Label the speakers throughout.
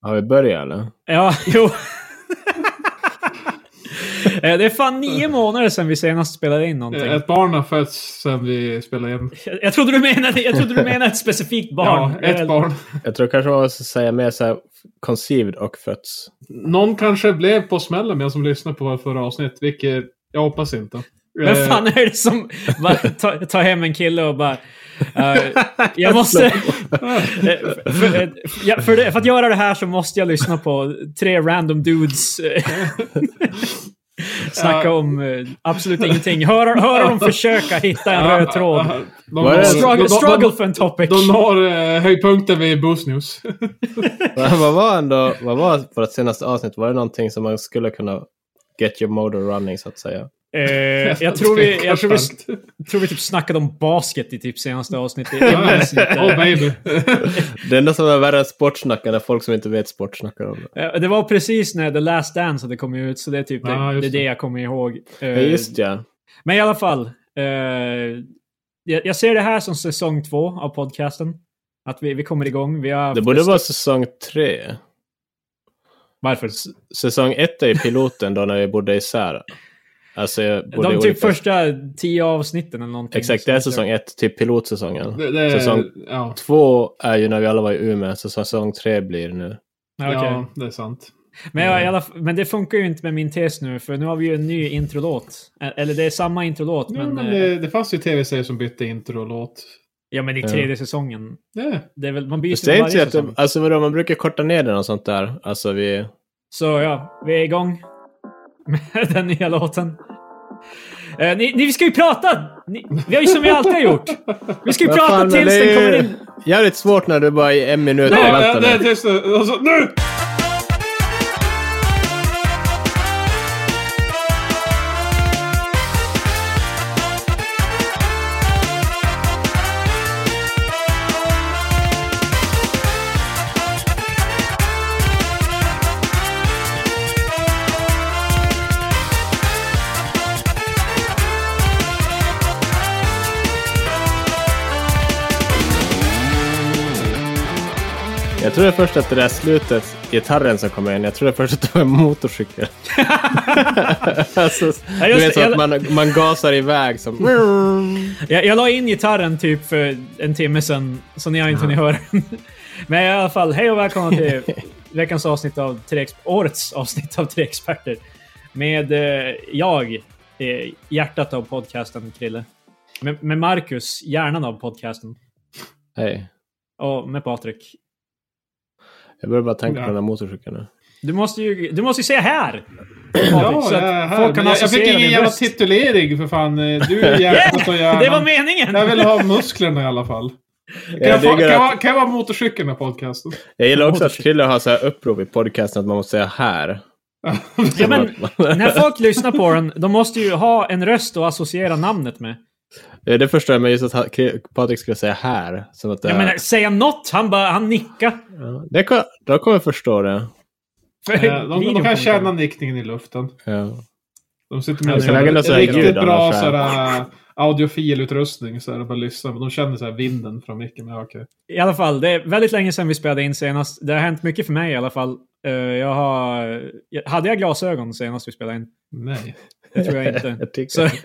Speaker 1: Har vi börjat eller?
Speaker 2: Ja, jo. Eh, Det är fan nio månader sedan vi senast spelade in någonting.
Speaker 3: Eh, Ett barn har fötts sen vi spelade in.
Speaker 2: Jag, jag, trodde du menade, jag trodde du menade ett specifikt barn.
Speaker 3: Ja, ett barn.
Speaker 1: Jag tror kanske man måste säga mer så här conceived och fötts.
Speaker 3: Någon kanske blev på smällen med som lyssnade på våra förra avsnitt, vilket jag hoppas inte.
Speaker 2: Vem
Speaker 3: Eh,
Speaker 2: fan är det som bara tar ta hem en kille och bara... eh, jag måste... Eh, för, eh, ja, för, det, för att göra det här så måste jag lyssna på tre random dudes eh, snacka om eh, absolut ingenting. Hör, hör dem försöka hitta en röd tråd.
Speaker 3: De,
Speaker 1: Vad är
Speaker 3: når-
Speaker 1: det?
Speaker 3: de,
Speaker 2: Struggle, struggle
Speaker 3: de,
Speaker 2: for a topic.
Speaker 3: de når eh, höjdpunkten vid Boostnews.
Speaker 1: vad var ändå, vad var vårt senaste avsnitt? Var det någonting som man skulle kunna get your motor running så att säga?
Speaker 2: Eh, jag tror vi, jag tror vi, tror vi typ snackade om basket i typ senaste avsnittet. Jag minns inte.
Speaker 3: Oh baby.
Speaker 1: Det enda som är värre än sportsnackar är folk som inte vet sportsnackar om det.
Speaker 2: Eh, Det var precis när The Last Dance hade kommit ut, så det är typ det,
Speaker 3: Ja,
Speaker 2: det,
Speaker 3: just
Speaker 2: är det
Speaker 3: det.
Speaker 2: jag kommer ihåg. Eh,
Speaker 1: Ja, just ja.
Speaker 2: Men i alla fall. eh, jag, jag ser det här som säsong två av podcasten. Att vi, vi kommer igång. Vi har
Speaker 1: Det borde vara säsong tre.
Speaker 2: Varför?
Speaker 1: Säsong ett är ju piloten då när vi bodde isär. Alltså, jag bodde i
Speaker 2: De
Speaker 1: olika...
Speaker 2: typ första tio avsnitten eller någonting.
Speaker 1: Exakt, det är säsong ett, typ pilotsäsongen.
Speaker 3: Det, det,
Speaker 1: Säsong
Speaker 3: ja,
Speaker 1: två är ju när vi alla var i Umeå, så säsong tre blir nu.
Speaker 2: Ja, okej.
Speaker 3: ja, det är sant.
Speaker 2: Men, jag, i alla, f- men det funkar ju inte med min tes nu, för nu har vi ju en ny introlåt. Eh, Eller det är samma introlåt,
Speaker 3: Men,
Speaker 2: men...
Speaker 3: men
Speaker 2: eh,
Speaker 3: det, det fanns ju tv-serier som bytte intro och låt.
Speaker 2: Ja, men i
Speaker 1: Ja.
Speaker 2: tredje säsongen.
Speaker 3: Ja.
Speaker 2: Det är väl, man byter
Speaker 1: Fast det är
Speaker 2: väl
Speaker 1: inte så
Speaker 2: varje
Speaker 1: att
Speaker 2: säsong.
Speaker 1: det, alltså vadå, man brukar korta ner den och sånt där. Alltså vi...
Speaker 2: Så ja, vi är igång med den nya låten. Eh, ni, ni, vi ska ju prata! Ni, vi har ju som vi alltid har gjort. Vi ska ju
Speaker 1: Vad
Speaker 2: prata
Speaker 1: fan, men
Speaker 2: tills
Speaker 1: det
Speaker 2: den
Speaker 1: är
Speaker 2: kommer
Speaker 1: ju
Speaker 2: in.
Speaker 1: jävligt svårt när du bara i en minut och
Speaker 3: Ja,
Speaker 1: väntar
Speaker 3: ja, det är
Speaker 1: nu.
Speaker 3: tyst nu. Och så- Nu!
Speaker 1: Jag trodde först att det där slutet, gitarren som kom in, jag trodde först att det var en motorcykel. alltså, du
Speaker 2: Ja, just
Speaker 1: vet
Speaker 2: det,
Speaker 1: så
Speaker 2: jag-
Speaker 1: att man, man gasar iväg som...
Speaker 2: Jag, jag la in gitarren typ för en timme sedan, så ni har inte hunnit höra den. Men i alla fall, hej och välkomna till veckans avsnitt av tre, Ex- årets avsnitt av Tre Experter. Med eh, jag, eh, hjärtat av podcasten Krille. Med, med Marcus, hjärnan av podcasten.
Speaker 1: Hej.
Speaker 2: Och med Patrik.
Speaker 1: Jag börjar bara tänka
Speaker 3: Ja.
Speaker 1: på den där motorcykeln nu.
Speaker 2: Du måste ju, du måste ju säga här!
Speaker 3: Ja,
Speaker 2: så
Speaker 3: jag
Speaker 2: att
Speaker 3: är här.
Speaker 2: folk kan
Speaker 3: Men jag, jag
Speaker 2: associera
Speaker 3: fick ingen
Speaker 2: din
Speaker 3: jävla
Speaker 2: röst.
Speaker 3: titulering för fan. Eh, Du är hjärtat och hjärnan.
Speaker 2: Det var meningen!
Speaker 3: Jag vill ha musklerna i alla fall. Kan jag,
Speaker 1: Jag,
Speaker 3: få, kan
Speaker 1: diggar att,
Speaker 3: jag, kan jag vara motorcykeln med podcasten? Eh,
Speaker 1: jag gillar också att Krille har så här upprop i podcasten att man måste säga här.
Speaker 2: Ja, men, när folk lyssnar på den, de måste ju ha en röst att associera namnet med.
Speaker 1: Eh, Det förstår jag, men just att han- Kri- Patrik skulle säga här. Som att det,
Speaker 2: Jag menar, säga något! Han bara, han nickar.
Speaker 1: ja, det kan, då kommer jag förstå det.
Speaker 2: För
Speaker 3: Eh, de, de
Speaker 2: videon
Speaker 3: kan
Speaker 2: kommer
Speaker 3: känna
Speaker 2: fram.
Speaker 3: nickningen i luften.
Speaker 1: Ja.
Speaker 3: De sitter
Speaker 2: Ja,
Speaker 3: med
Speaker 2: det kan
Speaker 1: lägga något
Speaker 3: en
Speaker 1: sådär ljud
Speaker 3: riktigt bra
Speaker 1: annars här.
Speaker 3: sådär, audiofilutrustning. Så här, och bara lyssnar. Men de känner såhär vinden från micken. Ja, okej.
Speaker 2: I alla fall, det är väldigt länge sedan vi spelade in senast. Det har hänt mycket för mig i alla fall. Eh, jag har... jag- Hade jag glasögon senast vi spelade in?
Speaker 3: Nej.
Speaker 2: Det tror jag inte.
Speaker 1: Jag tycker,
Speaker 2: Så-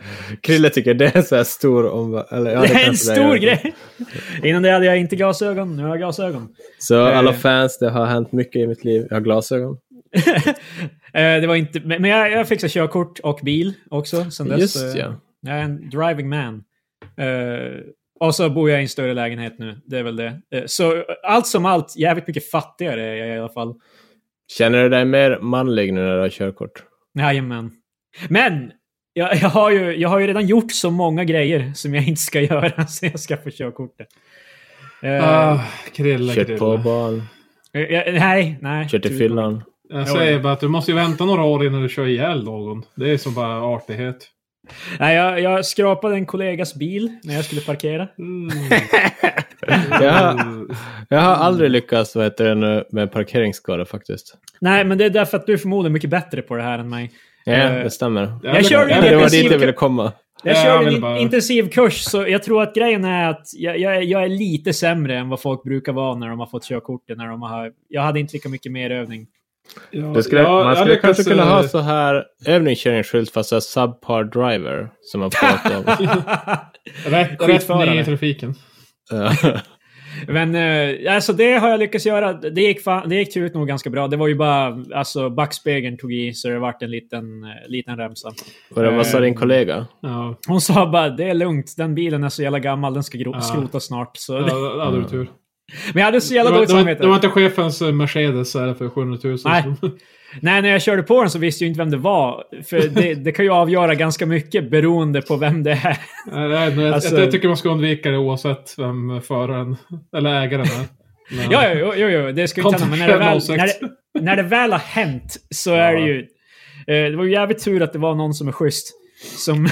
Speaker 1: Krille tycker det är en så här stor omva- eller, ja,
Speaker 2: Det är en
Speaker 1: kanske det
Speaker 2: stor grej! Innan det hade jag inte glasögon, nu har jag glasögon.
Speaker 1: Så
Speaker 2: Eh.
Speaker 1: alla fans, det har hänt mycket i mitt liv. Jag har glasögon.
Speaker 2: Eh, det var inte, men men jag, jag fixade körkort och bil också sen dess.
Speaker 1: Just
Speaker 2: Eh,
Speaker 1: ja.
Speaker 2: Jag är en driving man. Eh, och så bor jag i en större lägenhet nu. Det är väl det. Eh, så eh, allt som allt, jävligt mycket fattigare är jag i alla fall.
Speaker 1: Känner du dig mer manlig nu när du har körkort?
Speaker 2: Jajamän. Men! Jag, jag, har ju, jag har ju redan gjort så många grejer som jag inte ska göra sen jag skaffade körkortet. Eh,
Speaker 3: Ah, krilla,
Speaker 1: Kört på
Speaker 3: krilla.
Speaker 1: barn,
Speaker 2: eh, jag, nej, nej.
Speaker 1: kört i
Speaker 2: tur.
Speaker 1: fyllan.
Speaker 3: Jag säger bara att du måste ju vänta några år innan du kör ihjäl någon. Det är som bara artighet.
Speaker 2: Nej, jag, jag skrapade en kollegas bil när jag skulle parkera.
Speaker 3: Mm.
Speaker 1: Jag har, jag har aldrig lyckats vad heter det nu, med parkeringsskador faktiskt.
Speaker 2: Nej, men det är därför att du är förmodligen mycket bättre på det här än mig.
Speaker 1: Ja,
Speaker 2: Eh,
Speaker 1: det stämmer.
Speaker 2: Jag kör ju
Speaker 1: Ja,
Speaker 2: en
Speaker 1: det var
Speaker 2: defensiv-
Speaker 1: dit jag ville komma.
Speaker 2: Jag
Speaker 3: Ja, jag
Speaker 2: körde en
Speaker 3: vill
Speaker 2: in-
Speaker 3: bara-
Speaker 2: intensiv kurs, så jag tror att grejen är att jag, jag, är- jag är lite sämre än vad folk brukar vara när de har fått körkortet. När de har, jag hade inte lika mycket mer övning.
Speaker 3: Ja,
Speaker 1: Du skulle,
Speaker 3: ja,
Speaker 1: man
Speaker 3: jag
Speaker 1: skulle
Speaker 3: lyckas,
Speaker 1: kanske kunna ha
Speaker 3: eh,
Speaker 1: så här övningskörningsskylt fast så här subpar driver som man pratar om.
Speaker 3: Rätt, rätt
Speaker 2: skitförare.
Speaker 3: ner i trafiken.
Speaker 1: Ja.
Speaker 2: Men eh, alltså det har jag lyckats göra. Det gick, fan, det gick turligt nog ganska bra. Det var ju bara alltså backspegeln tog i så det vart en liten, eh, liten remsa.
Speaker 1: Var det- Vad sa
Speaker 2: Eh,
Speaker 1: din kollega?
Speaker 3: Ja,
Speaker 2: Hon sa bara det är lugnt, den bilen är så jävla gammal, den ska gro-
Speaker 3: Ja.
Speaker 2: skrotas snart. Så.
Speaker 3: ja, då hade du tur.
Speaker 2: Men jag hade så
Speaker 3: Det
Speaker 2: jävla
Speaker 3: var,
Speaker 2: dåligt
Speaker 3: det, var,
Speaker 2: samvete.
Speaker 3: det var inte chefens eh, Mercedes så här för 700 000.
Speaker 2: Nej. Nej, när jag körde på den så visste jag inte vem det var. För det, det kan ju avgöra ganska mycket beroende på vem det är.
Speaker 3: Nej, nej, nej,
Speaker 2: Alltså-
Speaker 3: jag, jag tycker man ska undvika det oavsett vem föraren eller ägaren är. Men-
Speaker 2: Ja, ja, jo, jo, jo, det ska vi inte hända. Men när det, väl, när,
Speaker 3: Konfessionell
Speaker 2: det, när det väl har hänt så är det ju... Eh, det var ju jävligt tur att det var någon som är schysst. Som,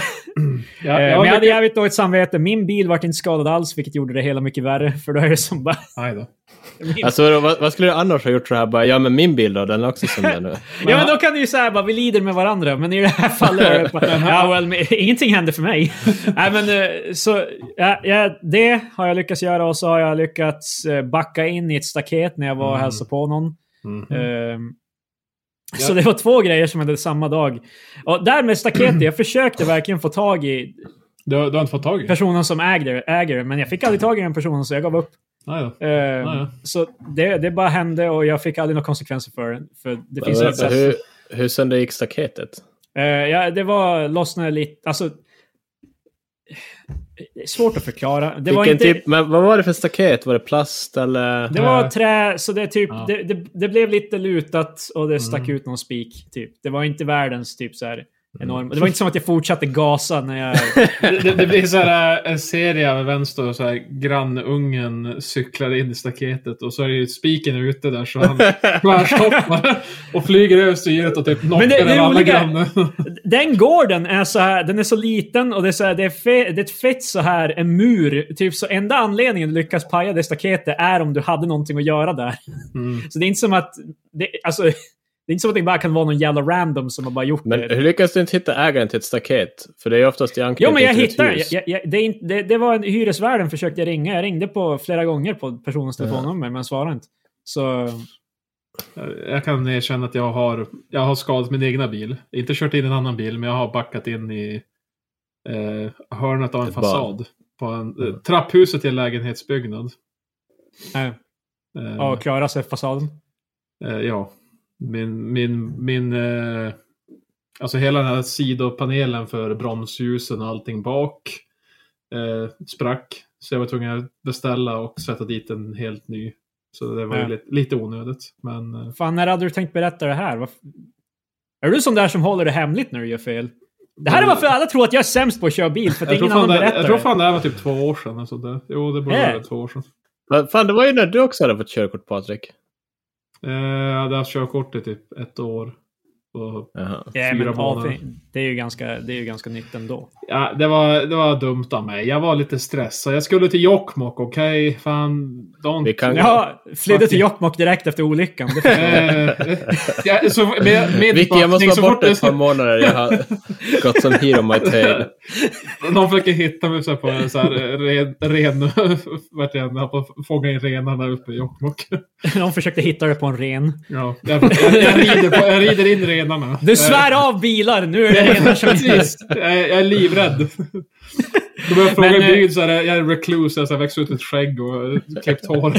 Speaker 3: Ja,
Speaker 2: eh,
Speaker 3: jag
Speaker 2: men jag hade
Speaker 3: lyckas-
Speaker 2: jävligt dåligt samvete. Min bil vart inte skadad alls, vilket gjorde det hela mycket värre. För då är det som bara...
Speaker 3: Nej då.
Speaker 1: Alltså, vad, vad skulle du annars ha gjort så här? Bara, ja, men min bil då, den är också som den nu.
Speaker 2: Ja, men då kan du ju säga bara vi lider med varandra, men i det här fallet var det bara, ja, well, men ingenting hände för mig. Nej, men eh, så ja, ja, det har jag lyckats göra och så har jag lyckats eh, backa in i ett staket när jag var och
Speaker 3: Mm.
Speaker 2: hälsade på någon. Ehm, Så
Speaker 3: Ja.
Speaker 2: det var två grejer som hände samma dag. Och där med staketet, jag försökte verkligen få tag i
Speaker 3: Du, har- du har inte fått tag i det?
Speaker 2: personen som ägde det, äger det, men jag fick aldrig tag i den personen så jag gav upp.
Speaker 3: Nej då.
Speaker 2: Ehm,
Speaker 3: ja.
Speaker 2: Så det, det bara hände och jag fick aldrig några konsekvenser för det. För det finns inget
Speaker 1: Alltså,
Speaker 2: sätt.
Speaker 1: hur, hur sönder gick staketet?
Speaker 2: Eh, ja, det var lossnade lite. Alltså, det är svårt att förklara. Det var,
Speaker 1: Vilken
Speaker 2: inte,
Speaker 1: typ, men vad var det för staket? Var det plast eller?
Speaker 2: det var trä, så det, är typ,
Speaker 3: Ja.
Speaker 2: det, det, det blev lite lutat och det stack ut någon spik. Typ. Det var inte världens typ så här enorm. Det var inte som att jag fortsatte gasa när jag...
Speaker 3: Eh, Det, det, det blir så här eh, en serie med vänster och så här grannungen cyklar in i staketet och så är det ju spiken ute där så han tvärstoppar och flyger över styret och typ knockar
Speaker 2: Men det- det
Speaker 3: över alla
Speaker 2: roliga-
Speaker 3: grannen.
Speaker 2: Den gården är så här, den är så liten och det är, så här, det är, fe, det är ett fett så här, en mur. Typ så enda anledningen du lyckas paja det staketet är om du hade någonting att göra där.
Speaker 3: Mm.
Speaker 2: Så det är inte som att... Det, alltså, det är inte som att det bara kan vara någon jävla random som har bara gjort
Speaker 1: Men
Speaker 2: det.
Speaker 1: hur lyckas du inte hitta ägaren till ett staket? För det är ju oftast i
Speaker 2: Jo,
Speaker 1: anknytning
Speaker 2: men jag
Speaker 1: till ett
Speaker 2: hittade
Speaker 1: hus.
Speaker 2: jag, jag, det, är inte, det, det var en hyresvärden försökte jag ringa. Jag ringde på flera gånger på personens telefonnummer, men svarade inte. Så... äh,
Speaker 3: Jag- Jag kan erkänna att jag har, jag har skadat min egna bil. Jag har Inte kört in i en annan bil, men jag har backat in i eh, hörnet av en
Speaker 1: Ett barn.
Speaker 3: fasad. På en, eh, trapphuset i en lägenhetsbyggnad.
Speaker 2: Äh,
Speaker 3: Eh,
Speaker 1: Ah,
Speaker 2: och klara sig fasaden.
Speaker 3: Eh, ja. Min, min, min... Eh, alltså hela den här sidopanelen för bromsljusen och allting bak eh, sprack. Så jag var tvungen att beställa och sätta dit en helt ny. Så det var ju
Speaker 2: Ja.
Speaker 3: lite, lite onödigt. Men eh,
Speaker 2: Fan, när hade du tänkt berätta det här? Varför? Är du sån där som håller det hemligt när du gör fel? Det här är varför alla tror att jag är sämst på att köra bil, för att
Speaker 3: Mm. jag, tror
Speaker 2: ingen
Speaker 3: fan
Speaker 2: annan
Speaker 3: det,
Speaker 2: berättar
Speaker 3: jag tror
Speaker 2: det.
Speaker 3: fan det här var typ två år sedan. Alltså det. Jo, det borde
Speaker 2: Äh.
Speaker 3: vara två år sedan.
Speaker 1: Men Fan, det var ju när du också hade fått körkort, Patrik.
Speaker 3: Eh, jag hade haft körkort i typ ett år. Och,
Speaker 1: Jaha.
Speaker 2: Ja,
Speaker 3: fyra
Speaker 2: men, ja,
Speaker 3: månader.
Speaker 2: det- det, är ju ganska, det är ju ganska nytt ändå.
Speaker 3: ja, det, var, det var dumt av mig. Jag var lite stressad. Jag skulle till Jokkmokk, okej? Fan, don't
Speaker 1: Vi kan...
Speaker 2: Ja, flydde till Jokkmokk direkt efter olyckan. Det förstår jag.
Speaker 3: Eh, ja, så med, med
Speaker 1: Vicky, jag måste
Speaker 3: så
Speaker 1: vara
Speaker 3: fort
Speaker 1: borta
Speaker 3: jag
Speaker 1: ett par
Speaker 3: ska-
Speaker 1: månader. Jag har gått som hero my tail.
Speaker 3: Någon försöker hitta mig så här på en så här eh, ren... ren vart jag än på att fånga in renarna uppe i Jokkmokk.
Speaker 2: De försökte hitta det på en ren.
Speaker 3: Ja, jag, jag, jag, rider på, jag rider in renarna.
Speaker 2: Du svär av bilar, nu är det renar som gäller.
Speaker 3: Eh. Precis! Jag, jag är livrädd. De börjar fråga
Speaker 2: Men,
Speaker 3: i
Speaker 2: eh,
Speaker 3: byn så här, jag är recluse, jag har så här växt ut ett skägg och eh, klippt hår.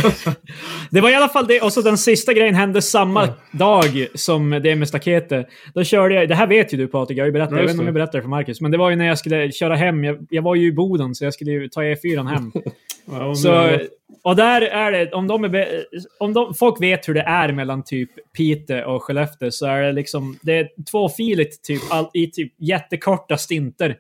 Speaker 2: Det var i alla fall det. Och så den sista grejen hände samma dag som det med staketet. Då körde jag, det här vet ju du Patrik, jag har ju berättat,
Speaker 3: Ja,
Speaker 2: jag
Speaker 3: just
Speaker 2: vet inte om
Speaker 3: det.
Speaker 2: jag berättade det för Marcus. Men det var ju när jag skulle köra hem, jag, jag var ju i Boden så jag skulle ju ta E4 hem.
Speaker 3: Ja, men
Speaker 2: Så,
Speaker 3: det-
Speaker 2: och där är det, om, de är, be- om de, folk vet hur det är mellan typ Piteå och Skellefteå så är det liksom, det är tvåfiligt typ, all, i typ jättekorta stinter.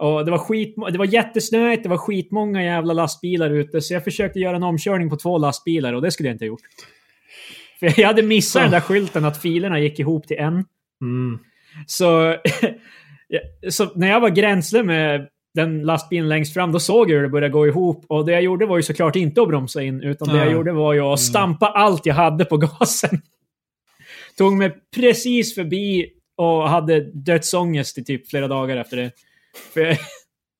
Speaker 2: Och det var, skit, det var jättesnöigt, det var skitmånga jävla lastbilar ute, så jag försökte göra en omkörning på två lastbilar och det skulle jag inte ha gjort. För jag hade missat den där skylten att filerna gick ihop till en.
Speaker 3: Mm.
Speaker 2: Så, ja, så när jag var gränsle med den lastbilen längst fram, då såg jag hur det började gå ihop. Och det jag gjorde var ju såklart inte att bromsa in, utan det jag
Speaker 3: Nej.
Speaker 2: gjorde var ju att stampa allt jag hade på gasen. Tog mig precis förbi och hade dödsångest i typ flera dagar efter det. För jag,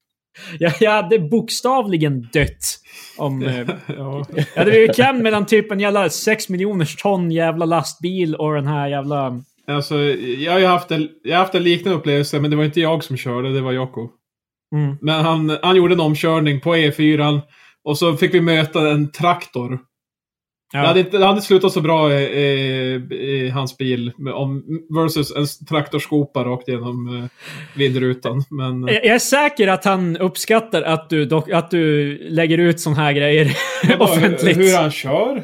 Speaker 2: jag, jag hade bokstavligen dött om... eh,
Speaker 3: ja.
Speaker 2: Jag hade blivit klämd mellan typ en jävla 6 miljoners ton jävla lastbil och den här jävla...
Speaker 3: Alltså, jag har ju haft en, jag har haft en liknande upplevelse, men det var inte jag som körde, det var Jakob.
Speaker 2: Mm.
Speaker 3: Men han, han gjorde en omkörning på E4 och så fick vi möta en traktor. Det, hade
Speaker 2: Ja.
Speaker 3: inte, det hade inte slutat så bra i, i, i hans bil med- om, versus en traktorskopa rakt genom eh, vindrutan. Men eh,
Speaker 2: Jag jag är säker att han uppskattar att du, dock, att du lägger ut såna här grejer
Speaker 3: vadå,
Speaker 2: offentligt.
Speaker 3: hur, hur han kör?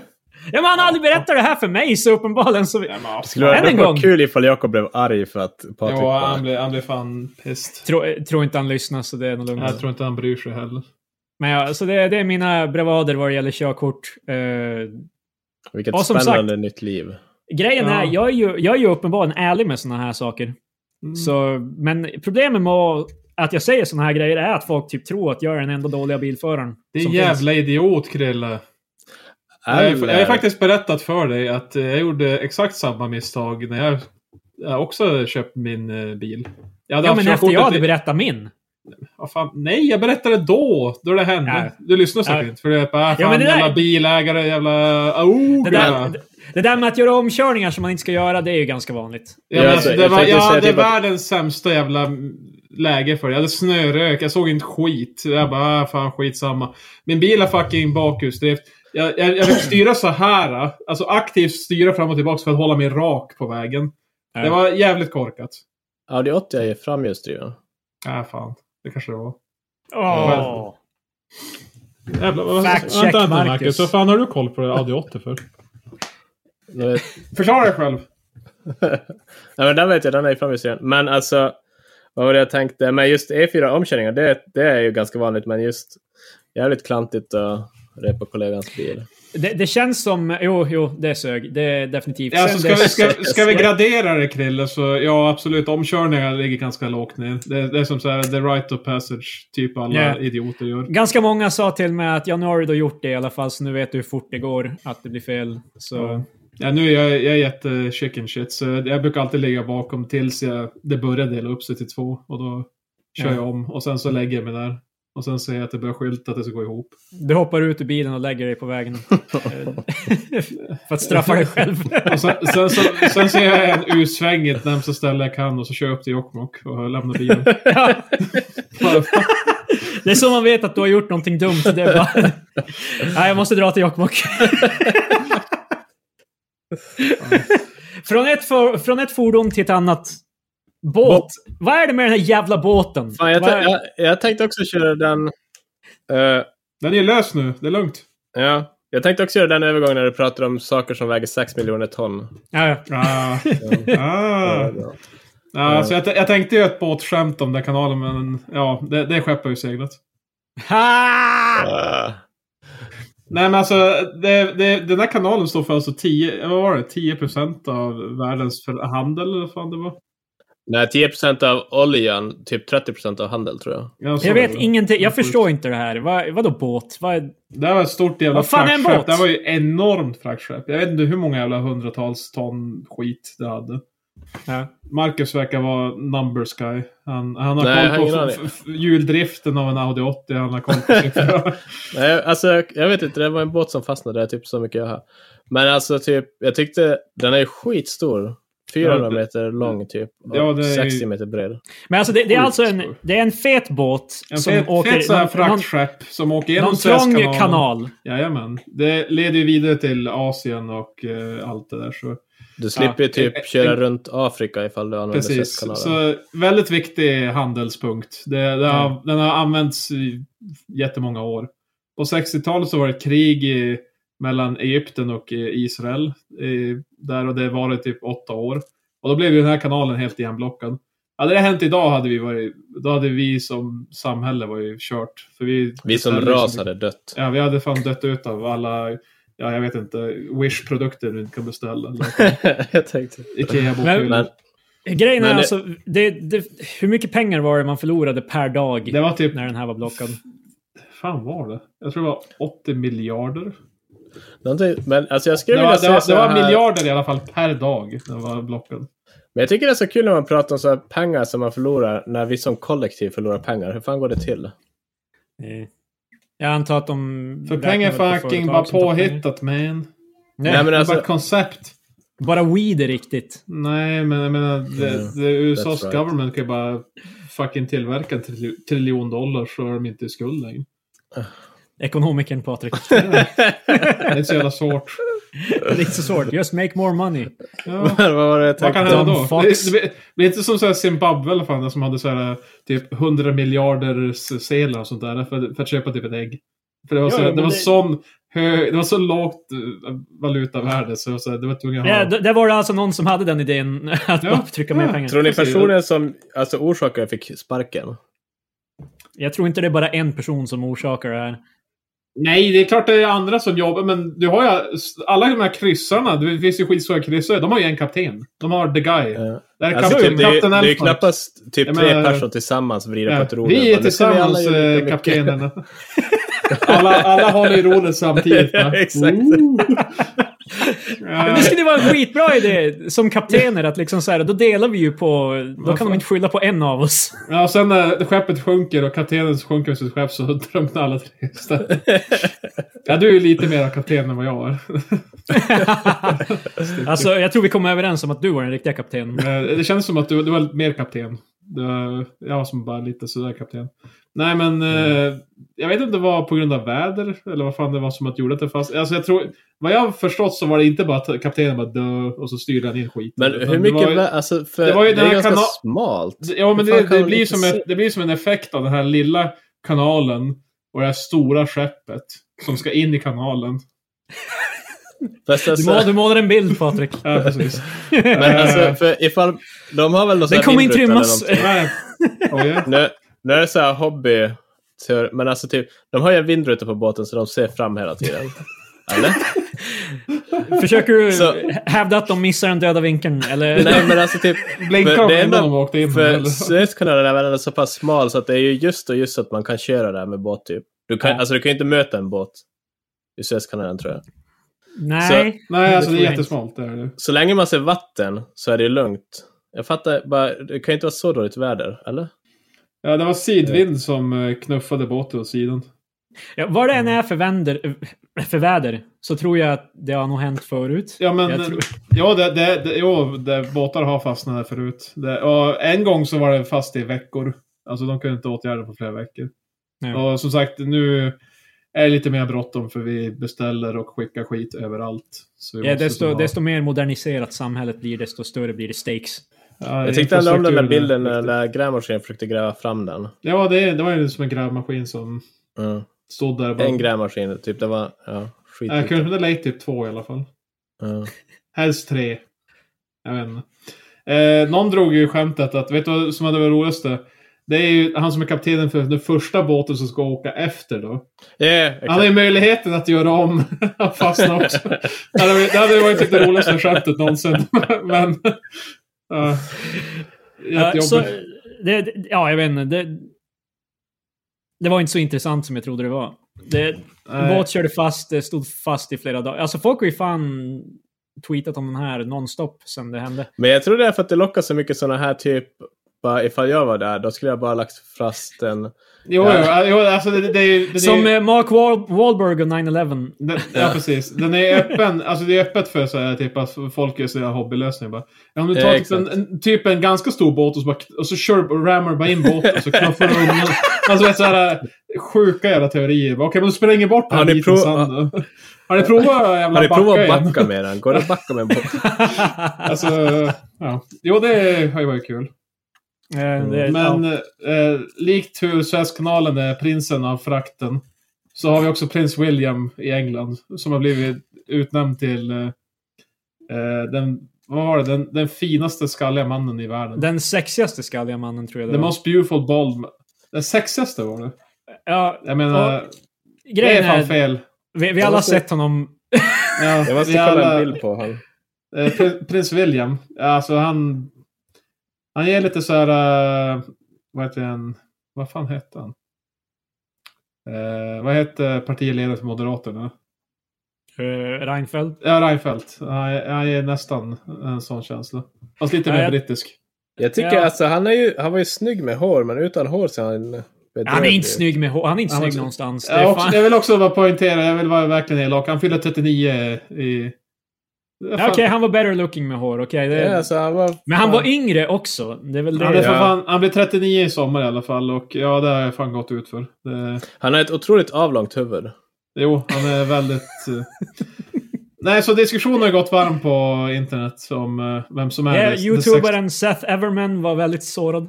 Speaker 2: Ja, men han har aldrig berättat det här för mig, så uppenbarligen så...
Speaker 3: Nej, men,
Speaker 1: Det skulle vara-
Speaker 2: Än en
Speaker 1: det var
Speaker 2: gång.
Speaker 1: kul ifall Jakob blev arg för att Patrik
Speaker 3: ja,
Speaker 1: var...
Speaker 3: han blev, han blev fan pissed.
Speaker 2: Tror, tror inte han lyssnar, så det är nog lugnt.
Speaker 3: Jag tror inte han bryr sig heller.
Speaker 2: Men ja, så det, det är mina bravader vad det gäller körkort. Eh,
Speaker 1: Vilket
Speaker 2: Och som
Speaker 1: spännande nytt liv.
Speaker 2: grejen
Speaker 3: Ja.
Speaker 2: är, jag är ju, jag är ju uppenbarligen ärlig med såna här saker.
Speaker 3: Mm.
Speaker 2: Så, men problemet med att jag säger såna här grejer är att folk typ tror att jag är den enda dåliga bilföraren.
Speaker 3: det är en
Speaker 2: som
Speaker 3: jävla idiot, Krille. Jag har-
Speaker 1: Eller-
Speaker 3: jag har faktiskt berättat för dig att eh, jag gjorde exakt samma misstag när jag, jag också köpte min eh, bil. Jag hade
Speaker 2: Ja,
Speaker 3: haft
Speaker 2: men efter
Speaker 3: körkortet
Speaker 2: jag
Speaker 3: i-
Speaker 2: hade berättat min.
Speaker 3: Vad fan? Nej, jag berättade då, då det hände.
Speaker 2: Nej.
Speaker 3: Du lyssnar säkert
Speaker 2: Nej.
Speaker 3: inte. För det är bara, ah, fan,
Speaker 2: Ja, men det där-
Speaker 3: jävla bilägare, jävla... Oh,
Speaker 2: Det där, det- det där med att göra omkörningar som man inte ska göra, det är ju ganska vanligt.
Speaker 3: Ja,
Speaker 1: Jag
Speaker 3: men alltså,
Speaker 1: säger-
Speaker 3: det
Speaker 1: jag
Speaker 3: var,
Speaker 1: tänkte
Speaker 3: jag
Speaker 1: säga
Speaker 3: hade
Speaker 1: typ att-
Speaker 3: världens sämsta jävla mm, läge för det. Jag hade snörök, jag såg inte skit. Jag bara, ah, fan skitsamma. Min bil har fucking bakhjulsdrift. Jag, jag, jag fick styra så här, alltså aktivt styra fram och tillbaka för att hålla mig rak på vägen. Det
Speaker 2: Ja.
Speaker 3: var jävligt korkat.
Speaker 1: Audi 80 är ju framhjulsdriven.
Speaker 3: Nej, fan. Det kanske det var.
Speaker 2: Eh, Åh.
Speaker 3: Jävlar, vad-
Speaker 2: Fact
Speaker 3: vänta,
Speaker 2: check,
Speaker 3: vänta,
Speaker 2: Marcus.
Speaker 3: Marcus. Vad fan har du koll på det Audi 80 för?
Speaker 1: Nu vet-
Speaker 3: Förklara dig själv.
Speaker 1: Nej, men den vet jag, den är ju framhjulsdriven. Men alltså, vad var det jag tänkte? Men just E4 omkörningar, det, det är ju ganska vanligt. Men just jävligt klantigt att repa kollegans bil.
Speaker 2: Det, det känns som... Jo, jo, det sög. Det är definitivt.
Speaker 3: Ja, alltså,
Speaker 2: Sen
Speaker 3: ska,
Speaker 2: det-
Speaker 3: vi, ska, ska vi gradera det Krille så ja absolut omkörningar ligger ganska lågt ner. Det, det är som så här, the right of passage typ alla
Speaker 2: Ja.
Speaker 3: idioter gör.
Speaker 2: Ganska många sa till mig att ja, nu har du då gjort det i alla fall, så nu vet du hur fort det går att det blir fel. Så...
Speaker 3: Ja, nu är jag, jag är jätte chicken shit så jag brukar alltid ligga bakom tills jag, det börjar dela upp sig till två och då kör
Speaker 2: Ja.
Speaker 3: jag om och sen så lägger jag mig där. Och sen ser jag att det börjar skylta att det ska gå ihop.
Speaker 2: Du hoppar ut ur bilen och lägger dig på vägen. Eh, För att straffa dig själv.
Speaker 3: Och sen, sen, så, sen ser jag en U-sväng i ett närmsta ställe jag kan och så kör jag upp till Jokkmokk och lämnar bilen.
Speaker 2: Ja,
Speaker 3: Bara,
Speaker 2: det är så man vet att du har gjort någonting dumt. Det är bara... Nej, jag måste dra till Jokkmokk. från, ett for, från ett fordon till ett annat. Båt.
Speaker 1: Båt.
Speaker 2: Vad är det med den här jävla båten?
Speaker 1: Fan, jag,
Speaker 2: Vad
Speaker 1: tän-
Speaker 2: är-
Speaker 1: jag, jag tänkte också köra den... eh,
Speaker 3: Den är lös nu, det är lugnt.
Speaker 1: ja. Jag tänkte också göra den övergången när du pratar om saker som väger 6 miljoner ton.
Speaker 2: Ja, ja.
Speaker 3: Ah. Ah. Ja, alltså jag, t- jag tänkte ju ett båtskämt om den kanalen, men ja, det, det skeppet har ju seglat.
Speaker 2: Ha!
Speaker 1: Ah.
Speaker 3: Nej, men alltså det, det, den här kanalen står för alltså 10, vad var det, 10 av världens för- handel eller vad fan det var.
Speaker 1: Nej, 10 av oljan, typ 30 av handel tror jag.
Speaker 3: Ja, så
Speaker 2: Jag
Speaker 3: var
Speaker 2: vet
Speaker 3: det.
Speaker 2: ingenting. Jag förstår inte det här. Vad, vadå båt? Vad,
Speaker 3: Det här var ett stort jävla
Speaker 2: Vad fan är en
Speaker 3: fraktskepp.
Speaker 2: båt?
Speaker 3: Det här var ju enormt fraktskepp. Jag vet inte hur många jävla hundratals ton skit det hade.
Speaker 2: ja.
Speaker 3: Marcus verkar vara numbers guy. Han, han har
Speaker 1: Nej, jag har
Speaker 3: koll
Speaker 1: ingen
Speaker 3: på
Speaker 1: aning.
Speaker 3: f- f- hjuldriften av en Audi 80. Han har koll på siffror.
Speaker 1: Nej, alltså, jag- jag vet inte, det var en båt som fastnade, det är typ så mycket jag har. Men alltså, typ, jag tyckte den är skitstor. 400
Speaker 3: Ja, det-
Speaker 1: meter lång typ. Och
Speaker 3: Ja, det är ju-
Speaker 1: 60 meter bred.
Speaker 2: Men alltså det, det är
Speaker 3: Sjukt
Speaker 2: alltså en,
Speaker 3: stor.
Speaker 2: det är en fet båt
Speaker 3: En
Speaker 2: som
Speaker 3: fet,
Speaker 2: åker...
Speaker 3: fet så här
Speaker 2: någon- någon-
Speaker 3: fraktskepp som åker genom
Speaker 2: Någon trång
Speaker 3: Suezkanalen.
Speaker 2: kanal.
Speaker 3: Jajamän. Det leder ju vidare till Asien och eh, allt det där. Så.
Speaker 1: Du slipper ju
Speaker 3: eh, eh,
Speaker 1: typ köra
Speaker 3: eh.
Speaker 1: runt Afrika ifall du använder
Speaker 3: Precis.
Speaker 1: SES-kanalen.
Speaker 3: Så väldigt viktig handelspunkt. Det, det har,
Speaker 2: Mm.
Speaker 3: Den har använts i jättemånga år. På 60-talet så var det ett krig i, mellan Egypten och eh, Israel. Eh, där och det var det typ åtta år. Och då blev ju den här kanalen helt igenblockad. Hade det hänt idag hade vi varit, då hade vi som samhälle varit kört. För vi,
Speaker 1: Vi som
Speaker 3: beställde ju så
Speaker 1: ras
Speaker 3: mycket-
Speaker 1: hade dött.
Speaker 3: Ja, vi hade fan dött ut av alla, ja jag vet inte, Wish-produkter du inte kan beställa. Eller
Speaker 1: jag tänkte... Men,
Speaker 3: Ikea-bokhyllor.
Speaker 2: Grejen är
Speaker 1: Men det-
Speaker 2: alltså, det, det, hur mycket pengar var det man förlorade per dag
Speaker 3: Det var typ,
Speaker 2: när den här var blockad?
Speaker 3: fan var det? Jag tror det var 80 miljarder.
Speaker 1: någonting- men alltså jag
Speaker 3: Det
Speaker 1: skulle vilja
Speaker 3: var, det,
Speaker 1: säga
Speaker 3: var,
Speaker 1: så
Speaker 3: det var
Speaker 1: här.
Speaker 3: miljarder i alla fall per dag när den var blockad.
Speaker 1: Men Men jag tycker det är så kul när man pratar om så här pengar som man förlorar när vi som kollektiv förlorar pengar. Hur fan går det till?
Speaker 2: Eh, Jag antar att de...
Speaker 3: För pengar
Speaker 2: räknar
Speaker 3: är
Speaker 2: väl på
Speaker 3: fucking
Speaker 2: företag
Speaker 3: bara
Speaker 2: som tar pengar.
Speaker 3: påhittat man.
Speaker 2: Nej,
Speaker 1: Nej, men
Speaker 3: det är
Speaker 1: alltså-
Speaker 3: bara ett koncept.
Speaker 2: Bara weed är riktigt.
Speaker 3: Nej, men jag menar, det, det, USAs
Speaker 1: right.
Speaker 3: government kan ju bara fucking tillverka en tril- triljon dollar så är de inte i skuld längre.
Speaker 2: Ekonomikern Patrik.
Speaker 3: Det är inte så jävla svårt.
Speaker 2: Det är inte så svårt. Just make more money.
Speaker 3: Ja.
Speaker 1: Vad var det jag
Speaker 3: Vad kan
Speaker 1: tänkte?
Speaker 3: hända
Speaker 2: Dumb
Speaker 3: då?
Speaker 2: fox.
Speaker 3: Det, det, blir- det är inte som så här Zimbabwe eller fan, som hade så här, typ 100 miljarder sedlar och sånt där för, för att köpa typ ett ägg. För det var,
Speaker 2: Ja, ja,
Speaker 3: så, här,
Speaker 2: men
Speaker 3: det var
Speaker 2: det-
Speaker 3: sån hög, det var så lågt eh, valutavärde så, det var så här, det var tvungen att ha...
Speaker 2: Ja, d- där var det alltså någon som hade den idén att
Speaker 3: Ja.
Speaker 2: bara trycka mer
Speaker 3: Ja.
Speaker 2: pengar.
Speaker 1: Tror ni personen som alltså orsakade fick sparken?
Speaker 2: Jag tror inte det är bara en person som orsakar det här.
Speaker 3: Nej, det är klart det är andra som jobbar, men du har ju alla de här kryssarna, det finns ju skitstora kryssare, de har ju en kapten. De har the guy.
Speaker 1: Eh,
Speaker 3: Det här är
Speaker 1: Alltså,
Speaker 3: kapten,
Speaker 1: typ, det, är, ju-
Speaker 3: kapten
Speaker 1: det är ju
Speaker 3: Elfmark.
Speaker 1: knappast typ
Speaker 3: Jag
Speaker 1: tre
Speaker 3: menar-
Speaker 1: personer tillsammans vrider
Speaker 3: Ja,
Speaker 1: på ett roder.
Speaker 3: Vi
Speaker 1: Bara,
Speaker 3: är
Speaker 1: nu ska vi alla
Speaker 3: tillsammans
Speaker 1: göra lika
Speaker 3: eh,
Speaker 1: mycket.
Speaker 3: kaptenerna. Alla, alla håller i rodret samtidigt. va?
Speaker 1: Ja, exakt.
Speaker 3: Ooh.
Speaker 2: Men
Speaker 3: Ja,
Speaker 2: det skulle vara en skitbra idé som kaptener att liksom så här, då delar vi ju på... Då
Speaker 3: Varför?
Speaker 2: kan de inte skylla på en av oss.
Speaker 3: ja, och sen eh, när skeppet sjunker och kaptenen sjunker med sitt skepp så drunknar alla tre istället. Ja, du är ju lite mer kapten än vad jag är. Eh,
Speaker 2: Alltså, jag tror vi kom överens om att du var den riktiga
Speaker 1: Alltså-
Speaker 2: kaptenen.
Speaker 3: Eh, Det känns som att du, du var mer kapten. Du var, jag var som bara lite sådär kapten. Nej men,
Speaker 1: Mm.
Speaker 3: eh, jag vet inte om det var på grund av väder eller vad fan det var som att gjorde att det fast. Alltså jag tror, vad jag har förstått så var det inte bara att kaptenen bara dö och så styrde han in skiten.
Speaker 1: Men
Speaker 3: Utan
Speaker 1: hur
Speaker 3: det
Speaker 1: mycket...
Speaker 3: var-
Speaker 1: vä- alltså, för det,
Speaker 3: det var ju den
Speaker 1: är
Speaker 3: här
Speaker 1: ganska
Speaker 3: kana-
Speaker 1: smalt.
Speaker 3: Ja men
Speaker 1: Hur fan
Speaker 3: det,
Speaker 1: kan
Speaker 3: det,
Speaker 1: man
Speaker 3: blir
Speaker 1: inte
Speaker 3: som
Speaker 1: se?
Speaker 3: ett, det blir som en effekt av den här lilla kanalen och det här stora skeppet som ska in i kanalen.
Speaker 1: Fast
Speaker 2: Du,
Speaker 1: alltså,
Speaker 2: målar, du målar en bild, Patrik.
Speaker 3: Ja, precis.
Speaker 1: men alltså, för ifall... De har väl någon sån
Speaker 2: Den
Speaker 1: här
Speaker 2: kommer inte
Speaker 1: inbrott eller någonting.
Speaker 2: rymmas.
Speaker 3: Nej. Oj, ja.
Speaker 1: Nu, nu är det så här hobby... teori- Men alltså typ, de har ju en vindruta på båten så de ser fram hela tiden. Eller?
Speaker 2: Försöker du
Speaker 1: Så-
Speaker 2: hävda att de missar den döda vinkeln? Eller?
Speaker 1: Nej men alltså typ...
Speaker 3: Blinkade
Speaker 1: för det
Speaker 3: de innan
Speaker 1: enda-
Speaker 3: de åkte in?
Speaker 1: För
Speaker 3: eller?
Speaker 1: Suezkanalen är väl så pass smal så att det är ju just och just så att man kan köra där med båt typ. Du kan,
Speaker 2: Ja.
Speaker 1: Alltså du kan ju inte möta en båt i Suezkanalen tror jag.
Speaker 2: Nej.
Speaker 3: Nej, alltså det
Speaker 2: tror
Speaker 3: är
Speaker 2: jag
Speaker 3: jättesmalt. Det är det.
Speaker 1: Så länge man ser vatten så är det ju lugnt. Jag fattar bara, det kan ju inte vara så dåligt väder, eller?
Speaker 3: Ja, det var sidvind som eh, knuffade båten åt sidan.
Speaker 2: Ja, vad det än är för, vänder, för väder så tror jag att det har nog hänt förut.
Speaker 3: Ja, men...
Speaker 2: Jag tror-
Speaker 3: Ja, det, det, det, jo, det, båtar har fastnat här förut. Det, och en gång så var det fast i veckor. Alltså de kunde inte åtgärda det på flera veckor.
Speaker 2: Nej.
Speaker 3: Och som sagt, nu är det lite mer bråttom för vi beställer och skickar skit överallt. Så vi
Speaker 2: Ja,
Speaker 3: måste
Speaker 2: desto,
Speaker 3: som ha-
Speaker 2: desto mer moderniserat samhället blir, desto större blir det stakes.
Speaker 3: Ja,
Speaker 1: Jag tyckte ändå om den där
Speaker 3: infrastrukturen är
Speaker 1: bilden när,
Speaker 3: viktig.
Speaker 1: när grävmaskinen försökte gräva fram den.
Speaker 3: Ja, det, det var ju som en grävmaskin som
Speaker 1: Mm.
Speaker 3: stod där. och Bara,
Speaker 1: En grävmaskin, typ det var, ja, skit.
Speaker 3: jag kunde lägga typ två i alla fall.
Speaker 1: Ja.
Speaker 3: Helst tre. Jag vet inte. Eh, någon drog ju skämtet att, vet du vad som hade varit roligaste? Det är ju han som är kaptenen för den första båten som ska åka efter då.
Speaker 1: Yeah,
Speaker 3: Han har ju möjligheten att göra om. Han fastnar också. Det hade varit- det hade varit typ det roligaste skämtet någonsin. Men... Uh,
Speaker 2: Ja, så,
Speaker 3: jättejobbigt.
Speaker 2: det, det- ja, jag vet inte. Det, det var inte så intressant som jag trodde det var. Det, en
Speaker 3: Nej.
Speaker 2: båt körde fast, det stod fast i flera dagar. Alltså folk har ju fan tweetat om den här nonstop sen det hände.
Speaker 1: Men jag tror det är för att det lockar så mycket sådana här typ, bara ifall jag var där, då skulle jag bara lagt fast en...
Speaker 3: Jo, jo, jo, alltså det, det är ju... det är ju-
Speaker 2: Som eh, Mark Wahl- Wahlberg och 9-11.
Speaker 3: Den, ja, precis. Den är öppen. Alltså det är öppet för så här, typ att folk gör sådana hobbylösningar. Bara. Ja, om du tar
Speaker 1: Ja,
Speaker 3: typ, en,
Speaker 1: exakt.
Speaker 3: en, typ en ganska stor båt och så, bara, och så kör du och rammar bara in båten och så knuffar du undan. Alltså det är så här sjuka jävla teorier. Bara, Okej, men du spränger bort den
Speaker 1: Har
Speaker 3: här
Speaker 1: ni
Speaker 3: biten
Speaker 1: prov-
Speaker 3: sand då. Har ni provat att jävla
Speaker 1: Har ni provat att
Speaker 3: backa igen?
Speaker 1: backa med den? Går det att backa med en båt?
Speaker 3: Alltså, ja. Jo, det har ju varit kul.
Speaker 2: Eh, det-
Speaker 3: Mm. Men
Speaker 2: ja.
Speaker 3: eh, likt hur Suezkanalen är prinsen av frakten så har vi också prins William i England som har blivit utnämnd till eh, eh, den, vad var det? Den, den finaste skalliga mannen i världen.
Speaker 2: Den sexigaste skalliga mannen tror jag det
Speaker 3: The
Speaker 2: var.
Speaker 3: most beautiful bald man. Den sexigaste var det.
Speaker 2: Ja,
Speaker 3: Jag menar, det är
Speaker 2: grejen
Speaker 3: fan
Speaker 2: är,
Speaker 3: fel.
Speaker 2: vi, vi har
Speaker 1: Jag
Speaker 2: alla
Speaker 1: måste-
Speaker 2: sett honom
Speaker 3: Ja,
Speaker 1: Jag måste
Speaker 3: vi
Speaker 1: kolla
Speaker 3: alla-
Speaker 1: en bild på honom.
Speaker 3: Eh, prin- Prins William, alltså han... Han ger lite så här... eh, vad heter han? Vad fan hette han? Eh, vad hette partiledaren för Moderaterna?
Speaker 2: Eh, Reinfeldt.
Speaker 3: Ja, Reinfeldt. Han, han är nästan en sån känsla. Fast lite
Speaker 2: Ja,
Speaker 3: mer
Speaker 2: jag-
Speaker 3: brittisk.
Speaker 1: Jag tycker
Speaker 2: Ja.
Speaker 1: alltså, han, är ju, han var ju snygg med hår, men utan hår så är han bedrövlig.
Speaker 2: Han är inte snygg med hår. Han är inte
Speaker 3: Han var
Speaker 2: snygg
Speaker 3: så-
Speaker 2: någonstans. Det
Speaker 3: Jag,
Speaker 2: är
Speaker 3: också,
Speaker 2: fan...
Speaker 3: jag vill också bara poängtera, jag vill vara verkligen elak. Han fyller 39 i... Det är
Speaker 2: Ja, Okej,
Speaker 3: fan-
Speaker 2: han var better looking med hår. Okej, det...
Speaker 1: Ja, alltså, han var,
Speaker 2: Men han
Speaker 1: fan-
Speaker 2: var yngre också. Det är väl det.
Speaker 3: Han, är för
Speaker 1: Ja.
Speaker 3: fan, han blir 39 i sommar i alla fall och ja, det har jag fan gått ut för. Det,
Speaker 1: han har ett otroligt avlångt huvud.
Speaker 3: jo, han är väldigt... eh, Nej, så diskussionen har gått varm på internet om eh, vem som är...
Speaker 2: Ja,
Speaker 3: the- the
Speaker 2: Youtubaren Seth Everman var väldigt sårad.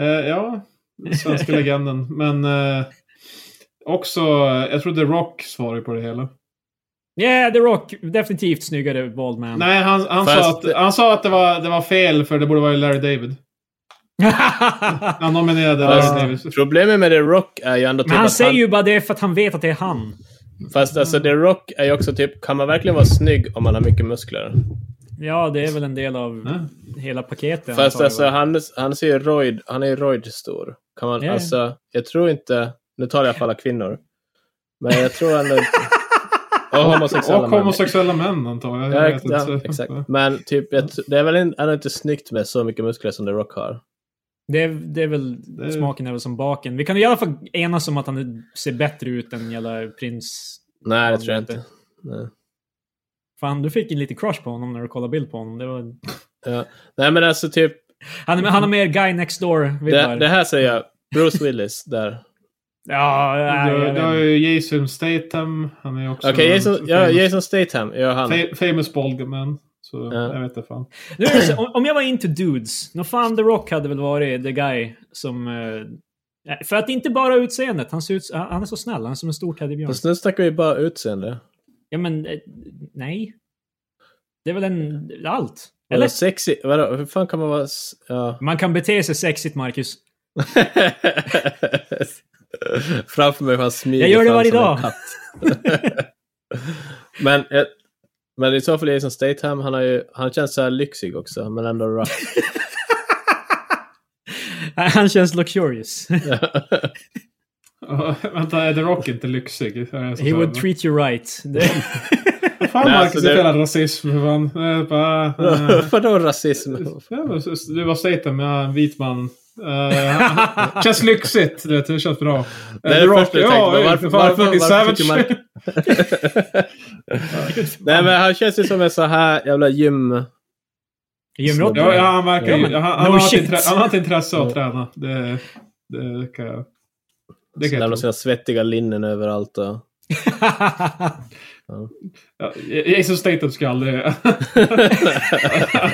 Speaker 3: Eh, ja, svenska legenden. Men eh, också, eh, jag tror The Rock svarade på det hela.
Speaker 2: Yeah, The Rock. Definitivt snyggare bald man.
Speaker 3: Nej, han, han,
Speaker 1: Fast-
Speaker 3: sa att, han sa att det var, det var fel för det borde vara Larry David. Han nominerade
Speaker 1: Fast-
Speaker 3: Larry David.
Speaker 1: Problemet med The Rock är ju ändå typ
Speaker 2: Men han
Speaker 1: att
Speaker 2: säger ju bara det för att han vet att det är han.
Speaker 1: Fast alltså The Rock är ju också typ, kan man verkligen vara snygg om man har mycket muskler?
Speaker 2: Ja, det är väl en del av
Speaker 3: Ja.
Speaker 2: hela paketet.
Speaker 1: Fast alltså
Speaker 2: antagligen.
Speaker 1: han, han ser ju roid, han är ju roidstor. Kan man
Speaker 2: Ja, ja.
Speaker 1: alltså, jag tror inte, nu talar jag för alla kvinnor. Men jag tror ändå inte... Och homosexuella
Speaker 3: Och
Speaker 1: män.
Speaker 3: homosexuella män antar jag.
Speaker 1: Ja,
Speaker 2: Mm,
Speaker 3: jag
Speaker 1: ex-
Speaker 3: vet inte.
Speaker 1: ja, exakt. Men typ, jag, tr- det är väl en- ändå inte snyggt med så mycket muskler som The Rock har.
Speaker 2: det, är, det är väl...
Speaker 3: är-
Speaker 2: Smaken är väl som baken. Vi kan i alla fall enas om att han ser bättre ut än jävla prins...
Speaker 1: Nej, det
Speaker 2: Han
Speaker 1: tror jag
Speaker 2: vet
Speaker 1: inte. Nej.
Speaker 2: Fan, du fick en liten crush på honom när du kollade bild på honom. Det var...
Speaker 1: Ja. Nej, men alltså typ,
Speaker 2: han, är- han har mer guy next
Speaker 1: det,
Speaker 2: door-vibbar.
Speaker 1: det här säger jag. Bruce Willis där.
Speaker 2: Ja, nej, jag
Speaker 3: Du,
Speaker 2: vet
Speaker 3: du
Speaker 2: inte.
Speaker 3: har ju Jason Statham. Han är också
Speaker 1: Okej, Jason,
Speaker 3: en
Speaker 1: ja,
Speaker 3: famous,
Speaker 1: Jason Statham. Ja, han.
Speaker 3: fa- famous bald man. Så
Speaker 1: Ja.
Speaker 3: jag vet inte fan.
Speaker 2: Nu är det så, om, om jag var into dudes, nå fan The Rock hade väl varit the guy som... eh, för att inte bara utseendet, han, ser ut, han är så snäll, han är som en stor teddybjörn.
Speaker 1: Fast nu snackar vi bara utseende.
Speaker 2: Ja men, eh, nej. Det är väl en... allt.
Speaker 1: Eller
Speaker 2: Eller?
Speaker 1: sexy? Vadå, hur fan kan man vara... s- Ja.
Speaker 2: Man kan bete sig sexigt, Marcus.
Speaker 1: Framför mig hur han smyger
Speaker 2: Jag gör det
Speaker 1: fram
Speaker 2: varje
Speaker 1: som en
Speaker 2: dag.
Speaker 1: katt. men, eh, men i så fall Jason Statham, han, har ju, han känns så här lyxig också, men ändå rough.
Speaker 2: Han känns luxurious.
Speaker 3: Vänta, är The Rock inte lyxig?
Speaker 2: He would
Speaker 3: Alltså,
Speaker 2: treat you right. Det,
Speaker 3: Fan
Speaker 1: Nej,
Speaker 3: Marcus,
Speaker 1: alltså,
Speaker 3: det är
Speaker 1: det-
Speaker 3: fel rasism för fan. Det är bara, eh,
Speaker 1: Vadå rasism?
Speaker 3: Ja, men s- Du var Statham, jag är en vit man. Eh, känns lyxigt, du vet, det känns bra.
Speaker 1: Det är det första jag tänkte på. Varför, varför, varför, tycker man... Nej men han känns ju som en så här jävla gym...
Speaker 2: Jim Rotter.
Speaker 3: ja, ja, han verkar
Speaker 1: Ja,
Speaker 3: ju...
Speaker 2: men
Speaker 3: han,
Speaker 2: no
Speaker 3: han, har ett
Speaker 2: shit.
Speaker 3: intre- han har ett intresse av att träna. Det, det kan jag... Det kan jag,
Speaker 1: Lämnar
Speaker 3: tro.
Speaker 1: sina svettiga linnen överallt och...
Speaker 3: ja, Jason Statham skulle aldrig...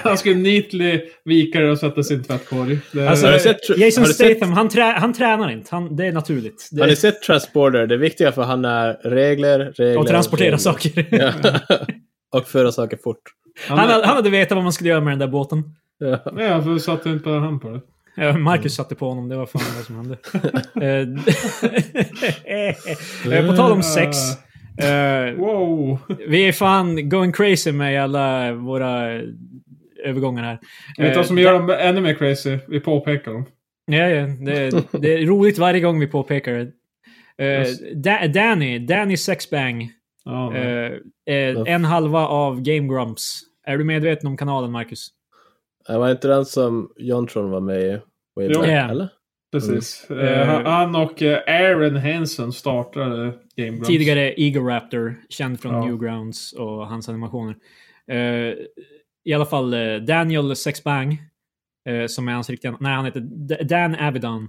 Speaker 3: han skulle neatly vika det och sätta sin tvättkorg. Det,
Speaker 2: Alltså,
Speaker 1: Har du sett-
Speaker 2: Jason
Speaker 1: har du sett-
Speaker 2: Statham, han, trä, han tränar inte. Han, det är naturligt. Det,
Speaker 1: Har ni sett Transporter? Det viktiga för han är regler, regler...
Speaker 2: och transportera
Speaker 1: regler.
Speaker 2: saker.
Speaker 1: Ja. och föra saker fort.
Speaker 3: han,
Speaker 2: Han, hade- han hade vetat vad man skulle göra med den där båten.
Speaker 1: Ja.
Speaker 3: Nej, varför satte inte bara han på det?
Speaker 2: Eh, Marcus satte på honom, det var fan vad som hände. Eh, eh, på tal om sex. eh,
Speaker 3: Wow!
Speaker 2: vi är fan going crazy med alla våra övergångar här.
Speaker 3: Vet du vad som
Speaker 2: Eh,
Speaker 3: gör dem ännu mer crazy? Vi påpekar dem.
Speaker 2: Ja, ja. Det, det är roligt varje gång vi påpekar det. Eh,
Speaker 3: Yes.
Speaker 2: da, Danny, Danny Sexbang.
Speaker 3: Ja,
Speaker 2: eh,
Speaker 3: men-
Speaker 2: eh, en halva av Game Grumps. Är du medveten om kanalen, Marcus?
Speaker 1: Det var inte den som Jontron var med i? Way
Speaker 3: Jo.
Speaker 1: back,
Speaker 2: Ja.
Speaker 1: eller?
Speaker 3: Precis.
Speaker 2: Mm.
Speaker 3: Eh, han-
Speaker 2: Eh,
Speaker 3: han och eh, Aaron Hansen startade Game Grumps.
Speaker 2: Tidigare Eagle Raptor, känd från
Speaker 3: Ja.
Speaker 2: Newgrounds och hans animationer. Eh, I alla fall eh, Daniel Sexbang, eh, som är hans riktiga Nej, han heter D- Dan Avedon.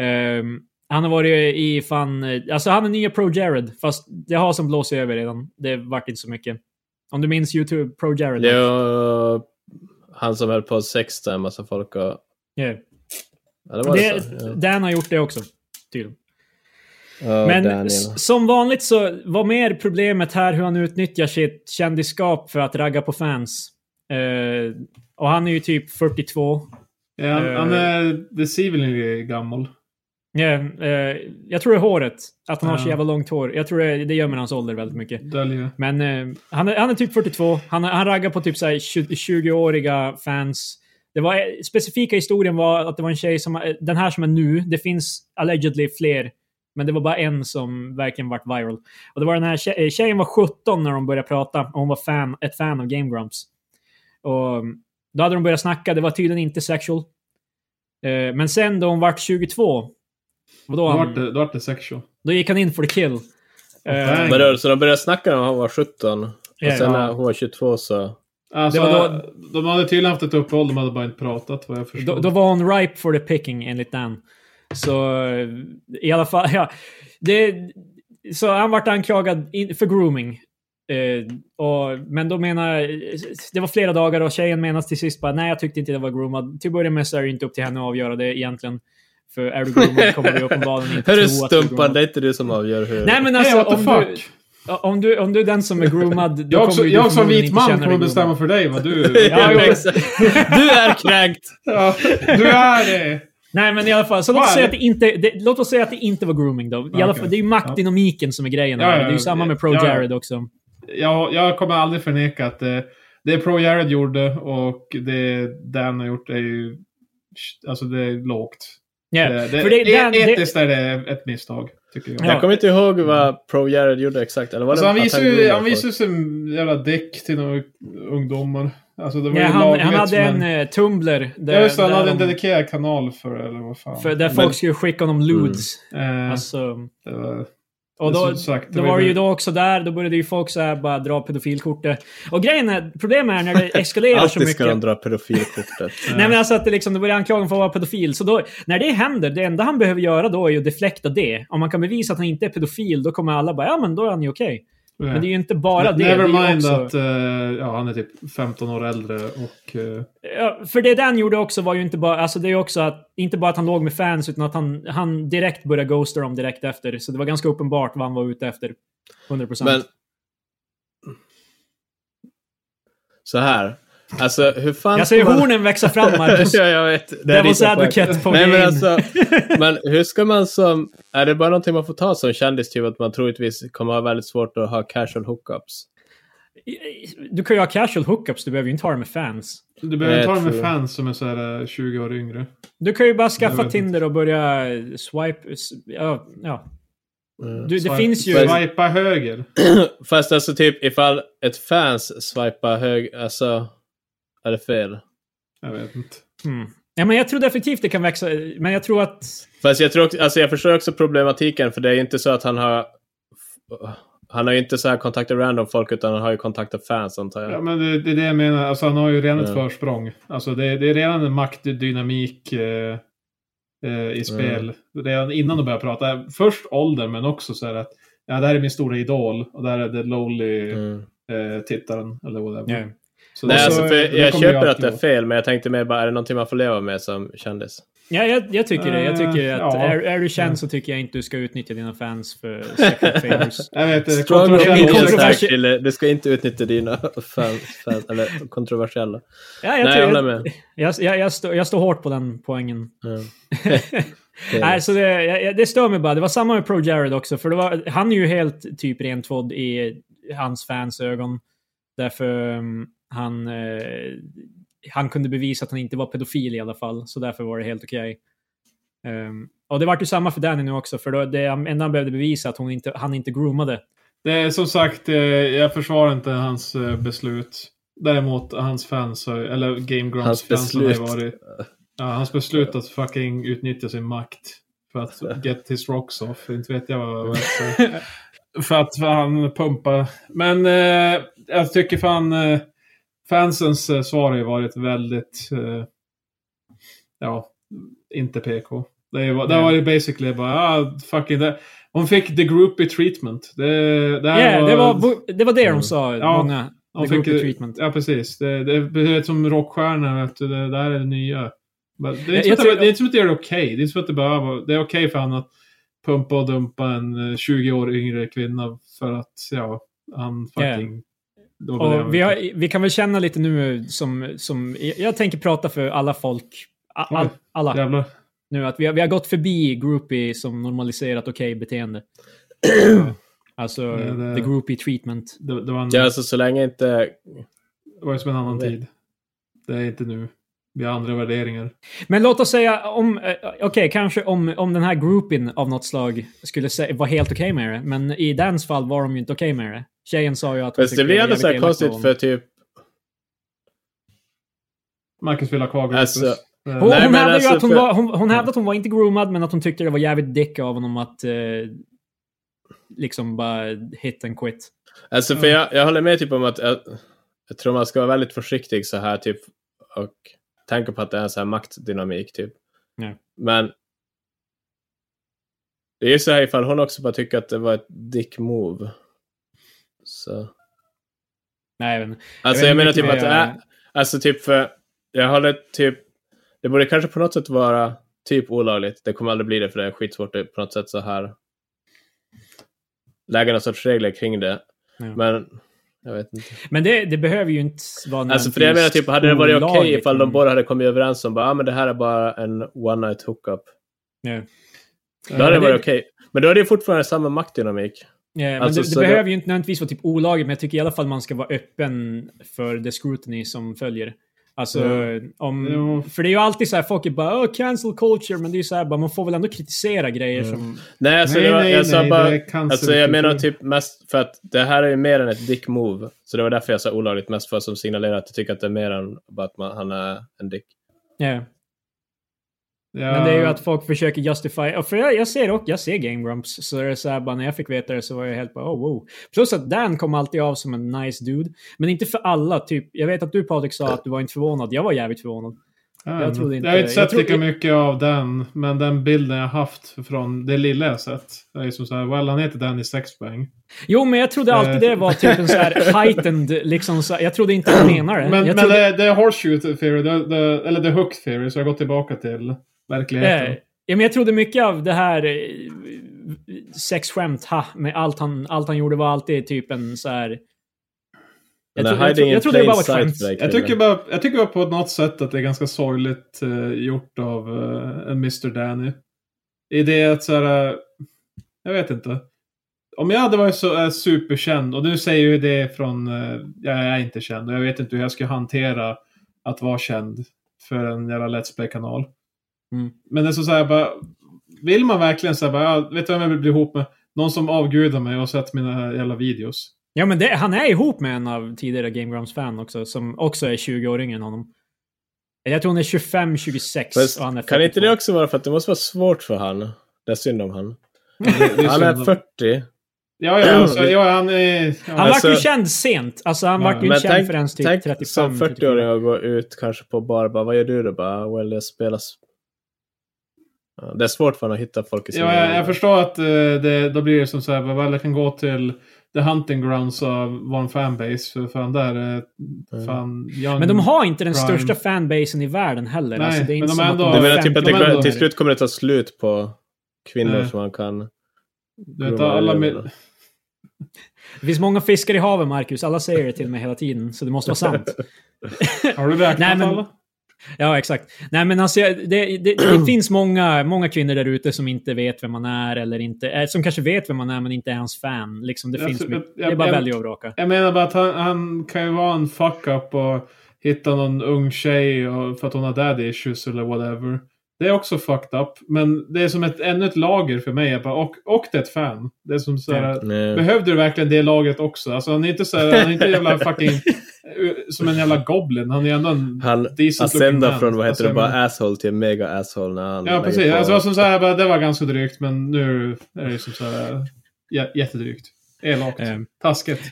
Speaker 2: Eh, han har varit i fan... eh, Alltså han är nya Pro Jared, fast det har som blåst över redan. Det vart inte så mycket. Om du minns YouTube Pro Jared?
Speaker 1: Det var han som höll på att sexta en massa folk och...
Speaker 2: Yeah.
Speaker 1: Eller var det,
Speaker 2: Det,
Speaker 1: så? Ja.
Speaker 2: Dan har gjort det också, tydligen.
Speaker 1: Ja,
Speaker 2: Men
Speaker 1: Daniel.
Speaker 2: s- som vanligt så var mer problemet här hur han utnyttjar sitt kändisskap för att ragga på fans. Eh, och han är ju typ 42.
Speaker 3: Ja, han,
Speaker 2: Eh.
Speaker 3: han är deceivingly gammal.
Speaker 2: Yeah, eh, jag tror det är håret. Att han har så
Speaker 3: Ja.
Speaker 2: jävla långt hår. Jag tror det, det gömmer hans ålder väldigt mycket.
Speaker 3: Döljer.
Speaker 2: Men eh, han, är, han är typ 42. Han, han raggar på typ så här 20 20-åriga fans. Det var, eh, specifika historien var att det var en tjej som, eh, den här som är nu, det finns allegedly fler, men det var bara en som verkligen vart viral. Och det var den här tje- eh, tjejen var 17 när de började prata och hon var fan, ett fan av Game Grumps. Och Då hade de börjat snacka, det var tydligen inte sexual. Eh, men sen då hon vart 22, och då,
Speaker 3: Då vart
Speaker 2: han,
Speaker 3: det, då vart det sexual.
Speaker 2: då gick han in for the kill. Eh,
Speaker 3: dang.
Speaker 1: Vadå, så de började snacka när han var 17? Och
Speaker 2: Ja,
Speaker 1: sen
Speaker 2: ja.
Speaker 1: när hon var 22 så...
Speaker 3: Alltså,
Speaker 2: Det var då-
Speaker 3: De hade tydligen haft ett uppehåll, de hade bara inte pratat vad jag
Speaker 2: Då,
Speaker 3: förstod.
Speaker 2: då var hon ripe for the picking enligt den. Så eh, i alla fall, ja. Det, så han vart anklagad in, för grooming. Eh, och, men då menar, det var flera dagar och tjejen menar till sist bara nej jag tyckte inte det var groomad. Till att börja med så är det inte upp till henne att avgöra det egentligen. För är du groomad kommer du uppenbarligen inte
Speaker 1: Hörru
Speaker 2: tro Mm. att du är
Speaker 1: stumpan,
Speaker 2: groomad.
Speaker 1: det är inte du som avgör hur...
Speaker 2: Nej men
Speaker 3: Nej,
Speaker 2: alltså
Speaker 3: what the
Speaker 2: om, du,
Speaker 3: fuck?
Speaker 2: om, du, om du är den som är groomad då
Speaker 3: Jag,
Speaker 2: kommer
Speaker 3: också,
Speaker 2: du
Speaker 3: jag som
Speaker 2: förmodligen
Speaker 3: vit
Speaker 2: inte
Speaker 3: man
Speaker 2: känna dig
Speaker 3: kommer
Speaker 2: groomad.
Speaker 3: bestämma för dig vad du...
Speaker 2: Ja, jo.
Speaker 1: exakt. du är kränkt!
Speaker 3: ja, du är det!
Speaker 2: Nej men i alla fall, så låt
Speaker 3: Fan.
Speaker 2: oss, säga att det inte, det, låt oss säga att det inte var grooming då. I alla
Speaker 3: Ah, Okej.
Speaker 2: fall, det är ju maktdynamiken som är grejen.
Speaker 3: Ja,
Speaker 2: här.
Speaker 3: ja,
Speaker 2: det är ju
Speaker 3: ja.
Speaker 2: samma med Pro
Speaker 3: Ja, ja.
Speaker 2: Jared också.
Speaker 3: jag, jag kommer aldrig förneka att det, det Pro Jared gjorde och det Dan har gjort är ju... Alltså det är lågt.
Speaker 2: Ja,
Speaker 3: Det, det,
Speaker 2: för det,
Speaker 3: e-
Speaker 2: Dan, det,
Speaker 3: etiskt är det ett misstag, tycker jag.
Speaker 2: Ja.
Speaker 1: Jag kommer inte ihåg vad Pro Jared gjorde exakt. Eller var
Speaker 3: Alltså,
Speaker 1: det
Speaker 3: han
Speaker 1: att
Speaker 3: visade
Speaker 1: gjorde
Speaker 3: ju han
Speaker 1: folk?
Speaker 3: visade sin jävla däck till några ungdomar. Alltså det var
Speaker 2: ja,
Speaker 3: ju
Speaker 2: han,
Speaker 3: lagligt.
Speaker 2: han hade en
Speaker 3: men...
Speaker 2: eh, Tumblr där,
Speaker 3: ja, just det, han hade en
Speaker 2: där, de,
Speaker 3: dedikerad kanal för det, eller vad fan.
Speaker 2: för, där
Speaker 3: Men,
Speaker 2: folk skulle skicka honom ludes.
Speaker 3: eh,
Speaker 2: Alltså,
Speaker 3: det var,
Speaker 2: och då,
Speaker 3: som sagt, Mm. det
Speaker 2: då
Speaker 3: var
Speaker 2: var det
Speaker 3: ju-
Speaker 2: ju då också där, då började ju folk så här bara dra pedofilkortet. Och grejen är, problemet är när det eskalerar så
Speaker 1: Alltid ska de
Speaker 2: mycket.
Speaker 1: dra pedofilkortet.
Speaker 2: Nej men alltså att det liksom, det börjar anklaga för att vara pedofil. Så då, när det händer, det enda han behöver göra då är ju att deflekta det. Om man kan bevisa att han inte är pedofil, då kommer alla bara ja men då är han ju okej. Men det är ju inte bara det.
Speaker 3: eh. Never
Speaker 2: det är ju
Speaker 3: mind
Speaker 2: också,
Speaker 3: att eh, ja, han är typ 15 år äldre och... eh,
Speaker 2: Ja, För det Dan gjorde också var ju inte bara, alltså det är ju också att, inte bara att han låg med fans, utan att han, han direkt började ghosta dem direkt efter. Så det var ganska uppenbart vad han var ute efter. 100%.
Speaker 1: Men... Så här. Alltså hur fan...
Speaker 2: jag ser
Speaker 1: ska man-
Speaker 2: hornen växa fram, Marcus.
Speaker 1: ja, jag vet. Det är
Speaker 2: Devil's
Speaker 1: lite poäng.
Speaker 2: advocate på
Speaker 1: Nej,
Speaker 2: vägen
Speaker 1: men
Speaker 2: in.
Speaker 1: alltså, men hur ska man som... Är det bara någonting man får ta som kändis, typ att man troligtvis kommer ha väldigt svårt att ha casual hookups?
Speaker 2: Du kan ju ha casual hookups, du behöver ju inte ha det med fans.
Speaker 3: Du behöver inte
Speaker 1: Jag
Speaker 3: ha det med
Speaker 1: tror-
Speaker 3: fans som är så här eh, 20 år yngre.
Speaker 2: Du kan ju bara skaffa
Speaker 3: Jag vet inte.
Speaker 2: Tinder och börja swipe, s- ja. ja.
Speaker 1: Mm.
Speaker 2: Du, det
Speaker 3: Eh, Swipe-
Speaker 2: finns ju...
Speaker 3: Swipa höger.
Speaker 1: Fast alltså typ ifall ett fans swipar hög... Alltså... Är det fel?
Speaker 3: Jag vet inte.
Speaker 2: Mm. Ja, men jag tror definitivt det kan växa, men jag tror att...
Speaker 1: Fast jag tror också, alltså jag förstår också problematiken för det är ju inte så att han har... Han har ju inte så här kontaktat random folk utan han har ju kontaktat fans antar jag.
Speaker 3: Ja, men det, det är det jag menar. Alltså, han har ju redan ett
Speaker 1: Ja.
Speaker 3: försprång. Alltså, det, det är redan en maktdynamik eh, eh, i spel. Redan innan de börjar prata. Först ålder, men också så här att ja, det här är min stora idol och det här är the lowly
Speaker 1: Mm.
Speaker 3: eh, tittaren. Eller whatever.
Speaker 2: Ja.
Speaker 3: Så
Speaker 1: Nej,
Speaker 3: det-
Speaker 1: alltså, för
Speaker 3: det kommer
Speaker 1: jag
Speaker 3: ju
Speaker 1: köper att
Speaker 3: alltid
Speaker 1: det är
Speaker 3: vara.
Speaker 1: fel, men jag tänkte mer bara, är det någonting man får leva med som kändis?
Speaker 2: Ja, jag, jag tycker det. Jag tycker
Speaker 3: Eh,
Speaker 2: att
Speaker 3: ja.
Speaker 2: är, är du känd så tycker jag inte du ska utnyttja dina fans för second favors.
Speaker 3: Jag vet, eh,
Speaker 1: Strong
Speaker 3: kontroversiell
Speaker 1: opinions
Speaker 3: åsikt.
Speaker 2: kontroversiell-
Speaker 1: här, Kille. Du ska inte utnyttja dina fans, fans eller kontroversiella.
Speaker 2: Ja,
Speaker 1: Nej,
Speaker 2: jag, tror-
Speaker 1: jag håller med.
Speaker 2: jag, jag, jag, stå, jag står hårt på den poängen.
Speaker 1: Mm.
Speaker 2: Nej, så det, jag- jag, det stör mig bara. Det var samma med Pro Jared också. För det var, han är ju helt typ rentvådd i hans fans ögon. Därför mm, han, eh, han kunde bevisa att han inte var pedofil i alla fall. Så därför var det helt okej. Ehm, och det vart ju samma för Danny nu också. För då, det enda han behövde bevisa att hon inte, han inte groomade.
Speaker 3: Det är som sagt, eh, jag försvarar inte hans eh, beslut. Däremot hans fans, har- eller Game Grumps
Speaker 1: Hans
Speaker 3: fans har ju
Speaker 1: beslut.
Speaker 3: varit... Ja, hans beslut att fucking utnyttja sin makt för att get his rocks off. Inte vet jag vad vad jag säger. För att för han pumpar. Men eh, jag tycker fan eh, fansens eh, svar har ju varit väldigt... Eh, ja, inte PK. Det, är, det var ju basically bara, ah, fucking det. Hon fick the groupie treatment. Det, det
Speaker 2: Ja,
Speaker 3: här
Speaker 2: det, var, det var det
Speaker 1: Mm.
Speaker 2: de sa,
Speaker 3: Ja,
Speaker 2: många.
Speaker 3: de
Speaker 2: the
Speaker 3: fick,
Speaker 2: groupie treatment.
Speaker 3: Ja, precis. Det, det, det är som rockstjärnor, vet du. Det där är det nya. Men Det är,
Speaker 2: Jag-
Speaker 3: inte som
Speaker 2: jag
Speaker 3: att
Speaker 2: tror-
Speaker 3: det, det är inte som att det är okej. Det är inte som att det bara var- det är okej för han att pumpa och dumpa en eh, 20 år yngre kvinna för att, ja, han fucking... det var bara det jag
Speaker 2: Och vi,
Speaker 3: ville.
Speaker 2: har, vi kan väl känna lite nu som, som... Jag tänker prata för alla folk. a- a-
Speaker 3: Oj.
Speaker 2: alla
Speaker 3: Jävlar.
Speaker 2: nu. Att vi har, vi har gått förbi groupie som normaliserat okej beteende. alltså,
Speaker 3: Det- det-
Speaker 2: the groupie treatment.
Speaker 3: Det, det, var en,
Speaker 1: Ja, alltså så länge inte...
Speaker 3: det var ju som en annan
Speaker 1: Det-
Speaker 3: tid. Det är inte nu. Vi har andra värderingar.
Speaker 2: Men låt oss säga om... eh, Okej, kanske om, om den här groupien av något slag skulle sä- vara helt okej med det. Men i Dans fall var de ju inte okej med det. Tjejen sa ju att hon
Speaker 1: Fast
Speaker 2: tyckte
Speaker 1: det blir
Speaker 2: var
Speaker 1: ändå så här
Speaker 2: jävligt elakt
Speaker 1: konstigt
Speaker 2: av honom.
Speaker 1: för typ...
Speaker 3: Marcus vill ha kvar Gripus.
Speaker 1: Alltså,
Speaker 3: Eh,
Speaker 2: Hon,
Speaker 1: Nej,
Speaker 2: hon,
Speaker 1: men
Speaker 2: hävdade ju
Speaker 1: alltså,
Speaker 2: att hon,
Speaker 1: för-
Speaker 2: var, hon, hon hävdade att hon var inte groomad, men att hon tyckte det var jävligt dick av honom att eh, liksom bara hit and quit.
Speaker 1: Alltså,
Speaker 2: Mm.
Speaker 1: för jag, jag håller med typ om att jag, jag tror man ska vara väldigt försiktig så här typ och tänka på att det är en så här maktdynamik typ.
Speaker 2: Ja.
Speaker 1: Men det är ju så här ifall hon också bara tycker att det var ett dick move. Så.
Speaker 2: Nej, men,
Speaker 1: Alltså
Speaker 2: vet
Speaker 1: jag,
Speaker 2: inte
Speaker 1: menar
Speaker 2: mycket
Speaker 1: typ att,
Speaker 2: mer
Speaker 1: äh,
Speaker 2: om-
Speaker 1: alltså typ för, jag håller typ, det borde kanske på något sätt vara typ olagligt. Det kommer aldrig bli det för det är skitsvårt att på något sätt så här lägga någon sorts regler kring det.
Speaker 2: Ja.
Speaker 1: Men jag vet inte.
Speaker 2: men det, det behöver ju inte vara
Speaker 1: Alltså för det jag menar typ, hade det varit okej
Speaker 2: olagligt,
Speaker 1: ifall
Speaker 2: men-
Speaker 1: de båda hade kommit överens om bara, ah, men det här är bara en one night hookup.
Speaker 2: Ja.
Speaker 1: Då hade det
Speaker 2: men det-
Speaker 1: varit okej. Men då är det ju fortfarande samma maktdynamik.
Speaker 2: Ja, men
Speaker 1: Alltså,
Speaker 2: det, det
Speaker 1: så det-
Speaker 2: behöver ju inte nödvändigtvis vara typ olagligt, men jag tycker i alla fall man ska vara öppen för det scrutiny som följer. Alltså, om,
Speaker 3: Jo.
Speaker 2: för det är ju alltid så här, folk är bara oh, cancel culture, men det är ju så här, bara, man får väl ändå kritisera grejer
Speaker 1: Mm.
Speaker 2: som...
Speaker 1: Nej, alltså
Speaker 3: nej,
Speaker 1: det var,
Speaker 3: nej,
Speaker 1: jag sa
Speaker 3: nej,
Speaker 1: bara...
Speaker 3: det är cancer-
Speaker 1: Alltså jag menar typ mest för att det här är ju mer än ett dick move. Så det var därför jag sa olagligt mest för att som signalerar att jag tycker att det är mer än bara att man, han är en dick.
Speaker 2: ja
Speaker 3: Ja,
Speaker 2: Men det är ju att folk försöker justifiera. För jag, jag ser också, jag ser Game Grumps. Så det är så här, bara när jag fick veta det så var jag helt bara oh wow. Plus att Dan kom alltid av som en nice dude. Men inte för alla, typ. Jag vet att du Patrik sa att du var inte förvånad. Jag var jävligt förvånad.
Speaker 3: ja,
Speaker 2: jag trodde inte-
Speaker 3: jag har inte
Speaker 2: jag
Speaker 3: sett
Speaker 2: trodde-
Speaker 3: lika mycket av den, men den bilden jag haft från det lilla jag sett. Det är ju som så här, well han heter Danny Sexbang.
Speaker 2: Jo, men jag trodde alltid det var typ en så här heightened, liksom så här, Jag trodde inte han menade det.
Speaker 3: Eh. Men, men
Speaker 2: jag trodde,
Speaker 3: det, det är horseshoe theory, det, det, eller the hook theory, så jag går tillbaka till verkligheten.
Speaker 2: eh, ja, men jag trodde mycket av det här eh, sexskämt, ha, med allt han, allt han gjorde var alltid typ en så här... Jag,
Speaker 1: Den
Speaker 2: tro,
Speaker 1: är
Speaker 2: jag, tro,
Speaker 1: hiding in
Speaker 2: jag trodde det bara var
Speaker 1: plain
Speaker 2: ett skämt.
Speaker 1: sight, Blake,
Speaker 3: Jag
Speaker 1: killen.
Speaker 3: tycker, bara, jag tycker bara på något sätt att det är ganska sorgligt eh, gjort av eh, en Mr. Danny. I det att så här, eh, jag vet inte. Om jag hade varit så eh, superkänd, och du säger ju det från, eh, jag är inte känd och jag vet inte hur jag ska hantera att vara känd för en jävla Let's Play-kanal.
Speaker 2: Mm.
Speaker 3: Men det är så, så här, bara, vill man verkligen så här, bara, ja, vet du vem jag vill bli ihop med? Någon som avgudar mig och har sett mina jävla videos.
Speaker 2: Ja men det, han är ihop med en av tidigare Game Grumps fan också, som också är 20 år yngre än honom. Eller Jag tror hon är 25, 26
Speaker 1: Fast
Speaker 2: och han är
Speaker 1: Kan inte
Speaker 2: 42.
Speaker 1: det också vara för att det måste vara svårt för han? Det är synd om han.
Speaker 3: Det är
Speaker 1: Han
Speaker 3: synd
Speaker 1: är
Speaker 3: om-
Speaker 1: 40.
Speaker 3: Ja, ja, alltså, ja, han är... ja.
Speaker 2: Han
Speaker 1: Alltså-
Speaker 2: vart ju känd sent. Alltså han
Speaker 3: Ja,
Speaker 2: vart ju
Speaker 1: men
Speaker 2: inte känd
Speaker 1: tänk-
Speaker 2: förrän typ
Speaker 1: Tänk
Speaker 2: 35.
Speaker 1: som
Speaker 2: 40-åring.
Speaker 1: 40-åring och gå ut kanske på bar bara, vad gör du då? Bara, well, jag spelar... sp- Ja, Det är svårt för honom att hitta folk i sin
Speaker 3: Ja, jag,
Speaker 1: ålder.
Speaker 3: jag förstår att eh, det, då blir det som så här, vad väl jag kan gå till the hunting grounds av vår fanbase, för fan där är fan young.
Speaker 2: Men de har inte den
Speaker 3: Prime.
Speaker 2: största fanbasen i världen heller.
Speaker 3: Nej,
Speaker 2: alltså, det är
Speaker 3: men
Speaker 2: inte
Speaker 3: de
Speaker 2: som
Speaker 3: är
Speaker 2: att
Speaker 3: ändå-
Speaker 1: Du
Speaker 2: är
Speaker 1: menar typ att det,
Speaker 3: Ja, men
Speaker 1: går-
Speaker 3: då-
Speaker 1: till slut kommer det ta slut på kvinnor
Speaker 3: Nej.
Speaker 1: som man kan... eh,
Speaker 3: du vet, alla med,
Speaker 2: Det finns många fiskar i havet, Marcus. Alla säger det till mig hela tiden, så det måste vara sant.
Speaker 3: har du räknat
Speaker 2: Nej, men-
Speaker 3: alla?
Speaker 2: Ja, exakt. Nej, men alltså, jag- det, det, det finns många, många kvinnor där ute som inte vet vem man är eller inte, eh, som kanske vet vem man är men inte är hans fan. Liksom, det
Speaker 3: Jag
Speaker 2: finns
Speaker 3: tror-
Speaker 2: mycket.
Speaker 3: jag-
Speaker 2: det är bara
Speaker 3: jag-
Speaker 2: välja och vraka.
Speaker 3: Jag menar bara att han, han kan ju vara en fuck-up och hitta någon ung tjej och, för att hon har daddy issues eller whatever. Det är också fucked up, men det är som ett, ännu ett lager för mig. Jag bara, och, och det är ett fan. Det är som så här,
Speaker 2: Ja.
Speaker 1: Nej.
Speaker 3: Behövde du verkligen det laget också? Alltså han är inte så här, han är inte jävla fucking eh, som en jävla goblin. Han är ändå en
Speaker 1: Han
Speaker 3: decent looking
Speaker 1: ascendar
Speaker 3: man.
Speaker 1: från, vad heter
Speaker 3: Alltså,
Speaker 1: det,
Speaker 3: jag
Speaker 1: bara
Speaker 3: menar-
Speaker 1: asshole till mega asshole när han
Speaker 3: Ja,
Speaker 1: lägger
Speaker 3: precis.
Speaker 1: på-
Speaker 3: Alltså, som så här, bara, det var ganska drygt, men nu är det som så här jä- jättedrygt. Elakt.
Speaker 2: Eh,
Speaker 3: Taskigt.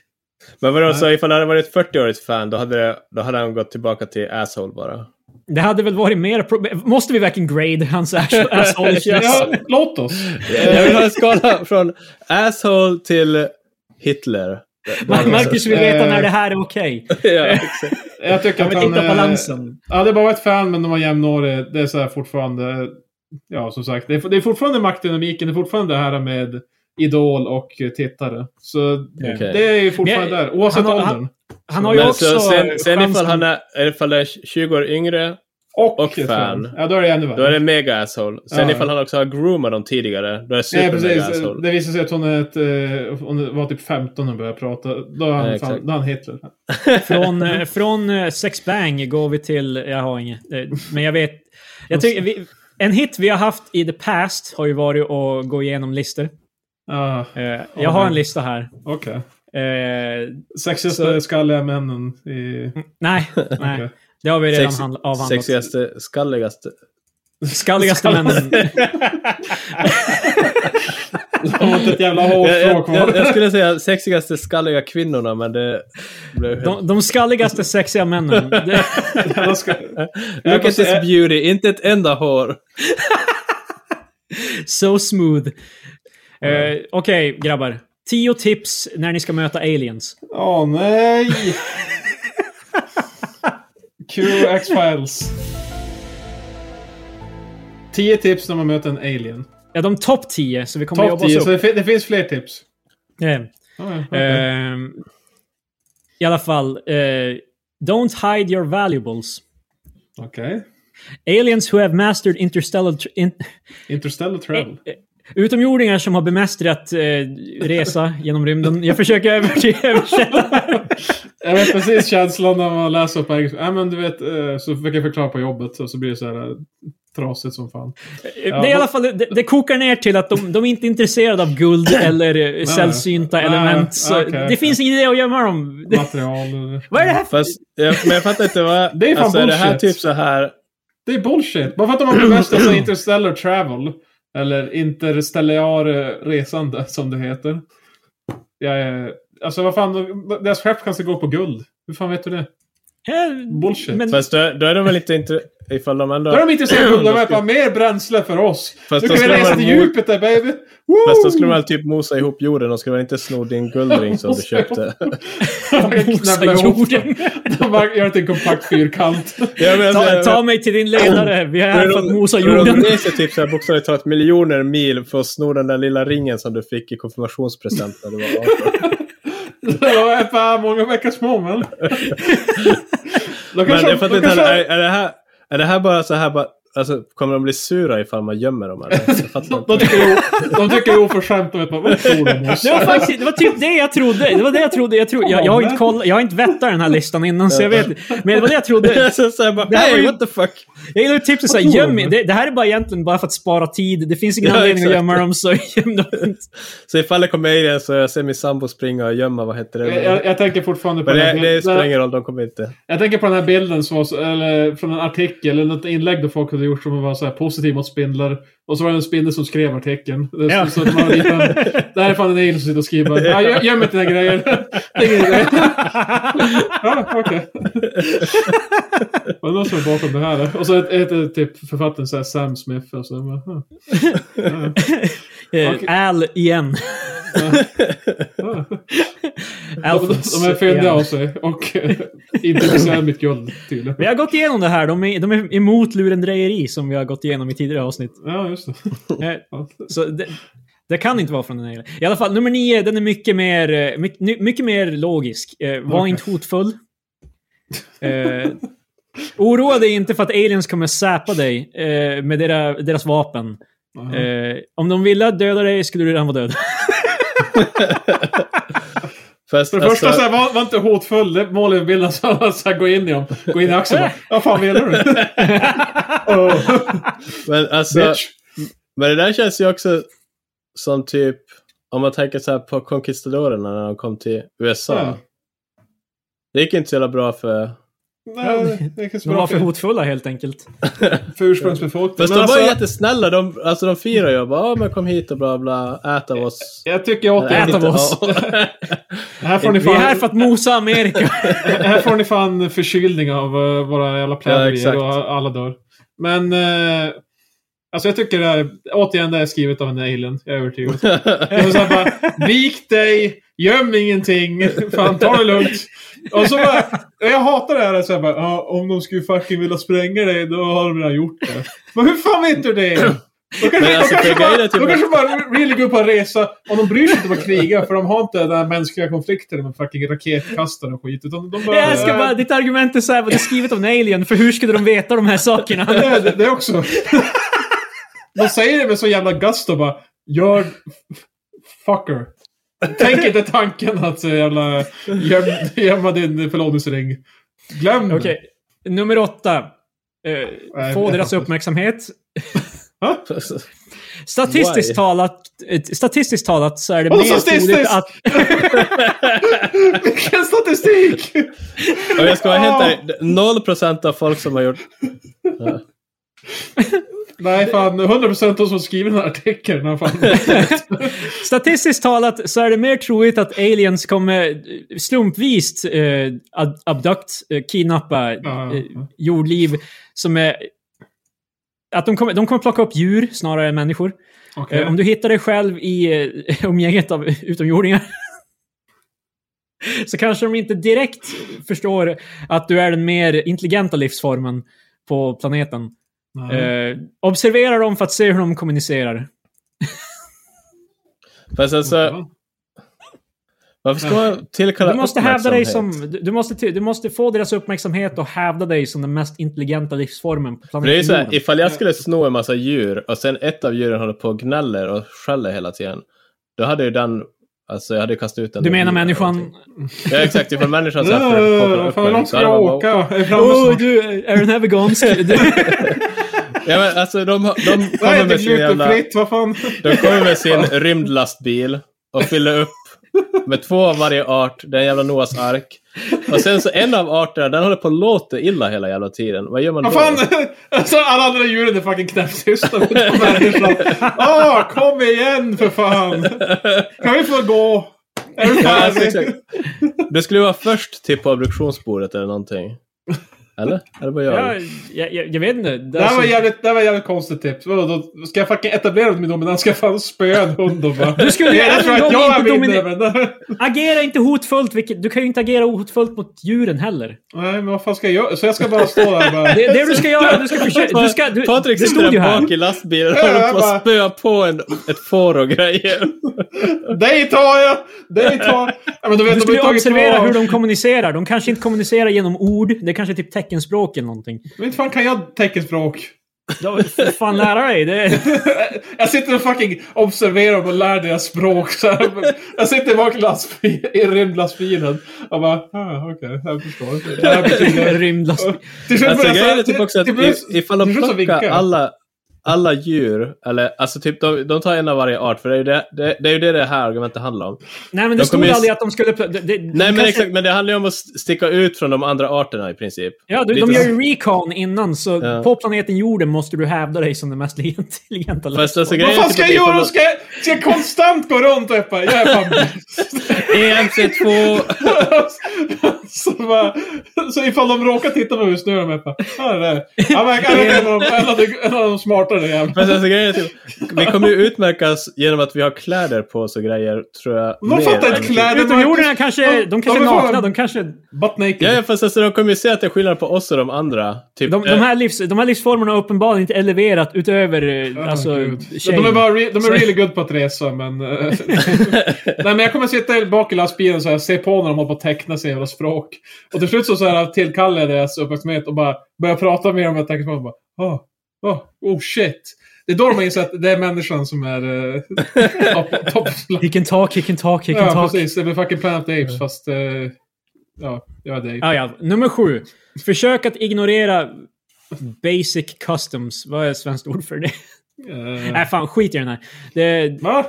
Speaker 1: Men vadå,
Speaker 3: Nej.
Speaker 1: så ifall det hade varit 40-årigt fan, då hade, det, då hade han gått tillbaka till asshole bara.
Speaker 3: Eh.
Speaker 2: Det hade väl varit mer problem. Måste vi verkligen grade hans ass- assholishness?
Speaker 3: Ja, låt oss.
Speaker 1: Jag vill ha en skala från asshole till Hitler.
Speaker 2: Mar- Marcus vill veta
Speaker 3: Eh.
Speaker 2: när det här är okej.
Speaker 1: ja, exakt.
Speaker 3: Jag tycker
Speaker 2: Jag
Speaker 3: att
Speaker 2: vill
Speaker 3: han...
Speaker 2: hitta
Speaker 3: eh,
Speaker 2: balansen.
Speaker 3: Ja, det är bara ett fan, men de var jämnåriga. Det är så här fortfarande... Ja, som sagt. Det är, det är fortfarande maktdynamiken. Det är fortfarande det här med idol och eh, tittare. Så
Speaker 2: Ja.
Speaker 1: Okej.
Speaker 3: det är ju fortfarande
Speaker 2: Men jag-
Speaker 3: där. Oavsett
Speaker 2: han har-
Speaker 3: åldern.
Speaker 2: Han har ju
Speaker 1: Men
Speaker 2: också
Speaker 1: så sen, sen ifall
Speaker 2: chansen-
Speaker 1: han är, ifall det är 20 år yngre,
Speaker 3: Och,
Speaker 1: och
Speaker 3: ett
Speaker 1: fan.
Speaker 3: Ja, då är det ännu värre.
Speaker 1: då är det mega asshole. Sen
Speaker 3: Ja.
Speaker 1: ifall han också har groomat dem tidigare, då är det
Speaker 3: Nej,
Speaker 1: super mega
Speaker 3: precis.
Speaker 1: asshole.
Speaker 3: Det visade sig att hon, är ett, eh, hon var typ 15 när hon började prata. Då är han,
Speaker 1: Ja, exakt.
Speaker 3: fan, då är han Hitler.
Speaker 2: Från, eh, från eh, Sex Bang går vi till... Jag har inget. eh, Men jag vet... Jag tycker vi, en hit vi har haft i the past har ju varit att gå igenom listor.
Speaker 3: Ah,
Speaker 2: Eh, Jag har en lista här.
Speaker 3: Okej.
Speaker 2: Eh,
Speaker 3: Sexigaste
Speaker 2: Så-
Speaker 3: skalliga männen i...
Speaker 2: nej, nej.
Speaker 3: okej.
Speaker 2: Det har vi redan
Speaker 1: Sex-
Speaker 2: handla- avhandlat.
Speaker 1: Sexigaste, skalligaste.
Speaker 2: Skalligaste männen.
Speaker 3: Åt ett jävla
Speaker 1: Jag,
Speaker 3: hårstrå
Speaker 1: jag, jag,
Speaker 3: kvar.
Speaker 1: jag skulle säga sexigaste skalliga kvinnorna, men det blev helt...
Speaker 2: De, de skalligaste sexiga männen. Det,
Speaker 3: Jag ska-
Speaker 1: Look at this beauty, inte ett enda hår.
Speaker 2: so smooth. Eh, Okej, grabbar. Tio tips när ni ska möta aliens.
Speaker 3: Åh nej! QX-files. 10 tips när man möter en alien.
Speaker 2: Ja, de topp 10, så vi kommer
Speaker 3: Topp
Speaker 2: jobba
Speaker 3: 10,
Speaker 2: oss
Speaker 3: så
Speaker 2: upp.
Speaker 3: det, fin- det finns fler tips.
Speaker 2: Eh,
Speaker 3: Ja, ja, okej.
Speaker 2: ehm, I alla fall, eh, don't hide your valuables.
Speaker 3: Okej.
Speaker 2: Aliens who have mastered interstellar... tr- In,
Speaker 3: Interstellar travel.
Speaker 2: eh, utomjordingar som har bemästrat eh, resa genom rymden. Jag försöker över- översätta.
Speaker 3: Jag vet precis känslan när man läser på engelska. Ja, men du vet, eh, så försöker jag förklara på jobbet och så blir det så här eh, trasigt som fan.
Speaker 2: Det är i alla fall, det, det kokar ner till att de, de är inte intresserade av guld eller eh, sällsynta
Speaker 3: Nej,
Speaker 2: element. Så
Speaker 3: okej,
Speaker 2: det
Speaker 3: okej.
Speaker 2: finns ingen idé att gömma dem.
Speaker 3: Material. eh.
Speaker 2: Vad är det här för...
Speaker 1: Fast, jag, men jag fattar inte vad...
Speaker 3: Det är fan
Speaker 1: alltså, är det här
Speaker 3: bullshit.
Speaker 1: typ så här...
Speaker 3: Det är bullshit. Bara för att de har bemästrat sig interstellar travel. Eller interstellar eh, resande, som det heter. Jag är... Alltså vad fan, de- deras skepp kanske går på guld. Hur fan vet du det?
Speaker 2: Eh,
Speaker 3: Bullshit.
Speaker 2: Men,
Speaker 1: Fast då, då är de väl inte... Inter... Ifall de ändå...
Speaker 3: Då är de intresserade av guld. De vet bara mer bränsle för oss.
Speaker 1: Fast då
Speaker 3: nu kan vi
Speaker 1: skulle
Speaker 3: resa
Speaker 1: man
Speaker 3: till
Speaker 1: mot-
Speaker 3: Jupiter baby! Woo!
Speaker 1: Fast då skulle de väl typ mosa ihop jorden. De skulle väl inte sno din guldring som du köpte.
Speaker 2: mosa
Speaker 3: Knäppa ihop dem.
Speaker 2: jorden.
Speaker 3: De bara gör det till en kompakt fyrkant.
Speaker 1: Ja, men alltså,
Speaker 2: Ta,
Speaker 1: jag-
Speaker 2: ta mig till din ledare. Vi är här för att mosa jorden.
Speaker 1: Reser typ såhär bokstavligt talat miljoner mil för att sno den där lilla ringen som du fick i konfirmationspresent när du var 18.
Speaker 3: De är fan många veckor små men. De
Speaker 1: Men
Speaker 3: kanske-
Speaker 1: jag fattar
Speaker 3: de
Speaker 1: inte
Speaker 3: kanske-
Speaker 1: heller, är, är, det här, är det här bara så här bara... Alltså, kommer de bli sura ifall man gömmer dem? Eller? Jag fattar
Speaker 3: De,
Speaker 1: inte.
Speaker 3: de tycker det är o- de tycker det är oförskämt. De vet bara, vad tror de om oss?
Speaker 2: Det var faktiskt det var typ det jag trodde. Det var det jag trodde. Jag, tro, jag, jag, har, inte koll, jag har inte vettat den här listan innan, så jag vet Men det var det jag trodde.
Speaker 1: Alltså, så här bara,
Speaker 2: Det här var
Speaker 1: hey,
Speaker 2: ju-
Speaker 1: what the fuck?
Speaker 2: Jag gillar ju tipset såhär,
Speaker 3: Vadå?
Speaker 2: göm det, det här är bara egentligen bara för att spara tid. Det finns ingen
Speaker 1: Ja,
Speaker 2: anledning att
Speaker 1: exakt.
Speaker 2: gömma dem, så göm dem inte.
Speaker 1: Så ifall det kommer aliens så jag ser min sambo springa och gömma, vad heter det?
Speaker 3: Jag, jag, jag tänker fortfarande på
Speaker 1: men
Speaker 3: den här
Speaker 1: det, det
Speaker 3: bilden.
Speaker 1: spelar ingen roll, de kommer inte.
Speaker 3: Jag tänker på den här bilden som var, så- eller, från en artikel, eller något inlägg där folk hade gjort som var så här positiv mot spindlar. Och så var det en spindel som skrev artikeln. Det,
Speaker 2: Ja.
Speaker 3: ja. så, att man hade ritat en, det här är fan en alien som sitter och skriver. Ja, gö- göm inte dina grejer. Det är ingen idé. Ja, okej. Var det någon som var bakom det här? Och så heter typ författaren så här Sam Smith. Och så, men, huh.
Speaker 2: Eh,
Speaker 3: Okej.
Speaker 2: Al igen.
Speaker 3: Ja. De,
Speaker 2: Alphonse
Speaker 3: de är fyndiga
Speaker 2: igen.
Speaker 3: av sig och eh, inte intresserade mitt guld tydligen.
Speaker 2: Vi har gått igenom det här. De är, de är emot lurendrejeri som vi har gått igenom i tidigare avsnitt.
Speaker 3: Ja, just det.
Speaker 2: Eh,
Speaker 3: Ja.
Speaker 2: Så det, det kan inte vara från den här. I alla fall, nummer nio, den är mycket mer, eh, mycket, ny- mycket mer logisk. Eh, var
Speaker 3: Okej.
Speaker 2: inte hotfull. Eh, oroa dig inte för att aliens kommer säpa dig eh, med dera, deras vapen.
Speaker 3: Ja.
Speaker 2: Eh, om de ville döda dig skulle du redan vara död.
Speaker 1: Fast,
Speaker 3: För det första,
Speaker 1: alltså-
Speaker 3: så här, var, var inte hotfull. Det målar ju bilden så att så här, gå in i dem. Gå in i axeln bara, Vad fan menar du? oh,
Speaker 1: Men alltså,
Speaker 3: bitch.
Speaker 1: men det där känns ju också som typ, om man tänker så här på conquistadorerna när de kom till USA.
Speaker 3: Ja.
Speaker 1: Det gick inte så jävla bra för...
Speaker 3: Nej, det är inte så
Speaker 2: De
Speaker 3: bra
Speaker 2: var för
Speaker 3: för,
Speaker 2: hotfulla helt enkelt.
Speaker 3: för ursprungsbefolkningen.
Speaker 1: Fast
Speaker 3: Men
Speaker 1: de var ju
Speaker 3: alltså,
Speaker 1: jättesnälla. De, alltså de firar ju och bara "Ja, men kom hit och bla bla, ät av oss.
Speaker 3: jag tycker jag åt
Speaker 1: Eller,
Speaker 3: det.
Speaker 2: Ät av
Speaker 1: inte-
Speaker 2: oss.
Speaker 1: ja.
Speaker 3: Här får ni
Speaker 2: Vi är här
Speaker 3: fan,
Speaker 2: för att mosa Amerika.
Speaker 3: här får ni fan förkylning av eh, våra jävla
Speaker 1: Ja,
Speaker 3: pläder
Speaker 1: exakt.
Speaker 3: i och alla dör. Men... Eh, alltså jag tycker det här, återigen det här är skrivet av en alien. Jag är övertygad. Och så här bara, vik dig, göm ingenting, fan ta det lugnt. Och så bara, och jag hatar det här. Så jag bara, ja, om de skulle fucking vilja spränga dig, då har de redan gjort det. Men hur fan vet du det? De kanske,
Speaker 1: Men alltså,
Speaker 3: de kanske,
Speaker 1: för
Speaker 3: bara,
Speaker 1: grejen är typ
Speaker 3: de kanske bara är really good på att resa. Och de bryr sig inte om att kriga, för de har inte den här mänskliga konflikten med fucking raketkastare och skit. Utan de bara,
Speaker 2: Jag älskar bara, ditt argument är såhär, vad det är skrivet om en alien, för hur skulle de veta de här sakerna?
Speaker 3: Ja, det, det också. De säger det med så jävla gusto bara. Gör... Fucker. Tänk inte tanken att så jävla göm, gömma din förlovningsring. Glöm det.
Speaker 2: Okej, nummer åtta. Eh,
Speaker 3: Nej,
Speaker 2: få
Speaker 3: jag
Speaker 2: deras
Speaker 3: fattar.
Speaker 2: uppmärksamhet. Statistiskt
Speaker 1: Why?
Speaker 2: talat, eh, statistiskt talat så är det
Speaker 3: Vadå
Speaker 2: mer troligt
Speaker 3: statistiskt?
Speaker 2: att...
Speaker 3: Vilken statistik!
Speaker 1: Om jag ska vara helt ärlig, 0% av folk som har gjort...
Speaker 3: Nej, fan. 100% av de som skriver den här artikeln har fan
Speaker 2: Statistiskt talat så är det mer troligt att aliens kommer slumpvis eh, ad- abduct, eh, kidnappa
Speaker 3: Ja,
Speaker 2: eh,
Speaker 3: ja.
Speaker 2: jordliv som är... Att de kommer, de kommer plocka upp djur snarare än människor.
Speaker 3: Okej.
Speaker 2: Eh, om du hittar dig själv i eh, omgänget av utomjordingar så kanske de inte direkt förstår att du är den mer intelligenta livsformen på planeten.
Speaker 3: Nej.
Speaker 2: Eh, observera dem för att se hur de kommunicerar.
Speaker 1: Fast alltså, varför ska man tillkalla
Speaker 2: Du måste hävda dig
Speaker 1: uppmärksamhet?
Speaker 2: som... Du, du, måste, till- du måste få deras uppmärksamhet och hävda dig som den mest intelligenta livsformen på
Speaker 1: För det är ju
Speaker 2: planeten
Speaker 1: så här,
Speaker 2: jorden.
Speaker 1: ifall jag skulle sno en massa djur och sen ett av djuren håller på och gnäller och skäller hela tiden. Då hade ju den... Alltså jag hade ju kastat ut den.
Speaker 2: Du
Speaker 1: ur
Speaker 2: menar
Speaker 1: bilen eller
Speaker 2: människan...
Speaker 1: någonting. Ja exakt, ifall människan så här poppar
Speaker 3: Öh,
Speaker 1: upp
Speaker 3: Fan, hur
Speaker 1: en,
Speaker 3: långt
Speaker 1: så
Speaker 3: ska
Speaker 1: hade man
Speaker 3: jag
Speaker 1: bara-
Speaker 3: åka? Jag är framme
Speaker 2: Åh,
Speaker 3: snart.
Speaker 2: du, är den här vegansk? Du,
Speaker 1: Ja men alltså de, har- de
Speaker 3: Det här är
Speaker 1: kommer
Speaker 3: inte
Speaker 1: med sin jävla...
Speaker 3: glutenfritt, vad fan.
Speaker 1: De kommer med sin rymdlastbil och fyller upp med två av varje art, den jävla Noas ark. Och sen så en av arterna, den håller på och låter illa hela jävla tiden. Vad gör man då?
Speaker 3: Vad fan! Alltså, alla andra djuren är fucking knäpptysta mot de människan. Ah, kom igen för fan! Kan vi få gå? Är du
Speaker 1: Ja, alltså,
Speaker 3: färdig?
Speaker 1: exakt. Du skulle vara först till på obduktionsbordet eller någonting. Eller? Eller vad gör
Speaker 2: ja,
Speaker 1: du?
Speaker 2: jag, jag, jag vet inte. Alltså, Det
Speaker 3: Det
Speaker 2: är
Speaker 3: här
Speaker 1: alltså-
Speaker 3: var
Speaker 2: så-
Speaker 3: jävligt, det här var jävligt konstigt tips. Vadå, då ska jag fucking etablera min dominans? Ska jag fan spöa en hund och bara...
Speaker 2: Du skulle ju
Speaker 3: jag tror
Speaker 2: även
Speaker 3: att
Speaker 2: om
Speaker 3: jag är
Speaker 2: inte
Speaker 3: minne,
Speaker 2: domine-
Speaker 3: men...
Speaker 2: Agera inte hotfullt. Vilket, du kan ju inte agera hotfullt mot djuren heller.
Speaker 3: Nej, men vad fan ska jag göra? Så jag ska bara stå där och bara...
Speaker 2: Det, det du ska göra, du ska försöka... Du ska, du,
Speaker 1: Patrik
Speaker 2: det
Speaker 1: sitter
Speaker 2: stod ju
Speaker 1: där bak
Speaker 2: här.
Speaker 1: i lastbilen och
Speaker 3: Ja,
Speaker 1: håller
Speaker 3: jag
Speaker 1: på att
Speaker 3: bara-
Speaker 1: spöa på en, ett får och grejer.
Speaker 3: Dig tar jag! Dig tar... Ja, men du vet,
Speaker 2: Du
Speaker 3: de
Speaker 2: skulle
Speaker 3: har
Speaker 2: ju
Speaker 3: tagit
Speaker 2: observera
Speaker 3: två-
Speaker 2: hur de kommunicerar. De kanske inte kommunicerar genom ord. Det är kanske typ teckenspråk eller någonting.
Speaker 3: Men inte fan kan jag teckenspråk?
Speaker 2: Ja, fan lära dig. Det,
Speaker 3: Jag sitter och fucking observerar dem och lär deras språk. Så här. Jag sitter bak i lastbil- i rymdlastbilen och bara, ah, okej, jag förstår. Det här betyder...
Speaker 2: Rymdlastbil.
Speaker 3: Till slut
Speaker 1: Alltså,
Speaker 3: börjar jag
Speaker 1: grejen är
Speaker 3: så-
Speaker 1: typ också att
Speaker 3: till- till
Speaker 1: i-
Speaker 3: slut-
Speaker 1: ifall
Speaker 3: till
Speaker 1: de
Speaker 3: slut så
Speaker 1: plockar
Speaker 3: vinkar jag.
Speaker 1: alla, alla djur, eller alltså typ de, de tar en av varje art, för det är ju det det, det, är ju det, det här argumentet handlar om.
Speaker 2: Nej,
Speaker 1: De
Speaker 2: men det stod
Speaker 1: kommer ju-
Speaker 2: aldrig att de skulle... Det, det,
Speaker 1: Nej men liksom,
Speaker 2: kanske-
Speaker 1: exakt, men det handlar ju om att st- sticka ut från de andra arterna i princip.
Speaker 2: Ja, du, de
Speaker 1: Lite
Speaker 2: gör
Speaker 1: så.
Speaker 2: ju recon innan, så
Speaker 1: Ja.
Speaker 2: på planeten jorden måste du hävda dig som den mest intelligenta.
Speaker 1: Fast alltså, grejen
Speaker 3: Vad
Speaker 1: är
Speaker 3: fan
Speaker 1: typ
Speaker 3: ska
Speaker 1: att
Speaker 3: jag
Speaker 1: ifall
Speaker 3: göra?
Speaker 1: de-
Speaker 3: Ska jag, ska jag konstant gå runt och bara, jag är fan bäst."
Speaker 1: EMC2...
Speaker 3: så, bara, så ifall de råkar titta på mig nu är de bara, ah, det där. Ja, men jag är en av de- en av de- en av de smartare jävlarna.
Speaker 1: Fast alltså grejen är typ, vi kommer ju utmärkas genom att vi har kläder på oss och grejer, tror jag.
Speaker 3: De
Speaker 1: mer
Speaker 3: fattar
Speaker 1: än
Speaker 3: inte
Speaker 1: typ-
Speaker 3: kläder.
Speaker 2: Utomjordingarna kanske... De kanske är
Speaker 3: men fan,
Speaker 2: nakna, de kanske...
Speaker 3: Butt naked.
Speaker 1: Ja, ja, fast alltså de kommer ju se att det är skillnad på oss och de andra. Typ,
Speaker 2: De, de,
Speaker 1: eh,
Speaker 2: här livs, de här livsformerna har uppenbarligen inte eleverat utöver eh,
Speaker 3: Åh,
Speaker 2: alltså,
Speaker 3: gud.
Speaker 2: shame.
Speaker 3: de är, bara re- de är really good på att resa, men... eh, Nej, men jag kommer sitta bak i lastbilen och så här, se på när de håller på att teckna sig jävla språk. Och till slut så, så här, tillkallar jag deras uppmärksamhet och bara börjar prata med dem och tänker på dem och bara oh, oh, oh shit. Det är då de inser att det är människan som är uh, topp, topp.
Speaker 2: He can talk, he can talk, he can
Speaker 3: Ja,
Speaker 2: talk.
Speaker 3: precis. Det blir fucking Planet Apes, fast... eh, ja, jag är dig.
Speaker 2: Ah, ja. Nummer sju. Försök att ignorera basic customs. Vad är svenskt ord för det?
Speaker 3: Eh,
Speaker 2: Nej, fan. Skit i den här. Det,
Speaker 3: va?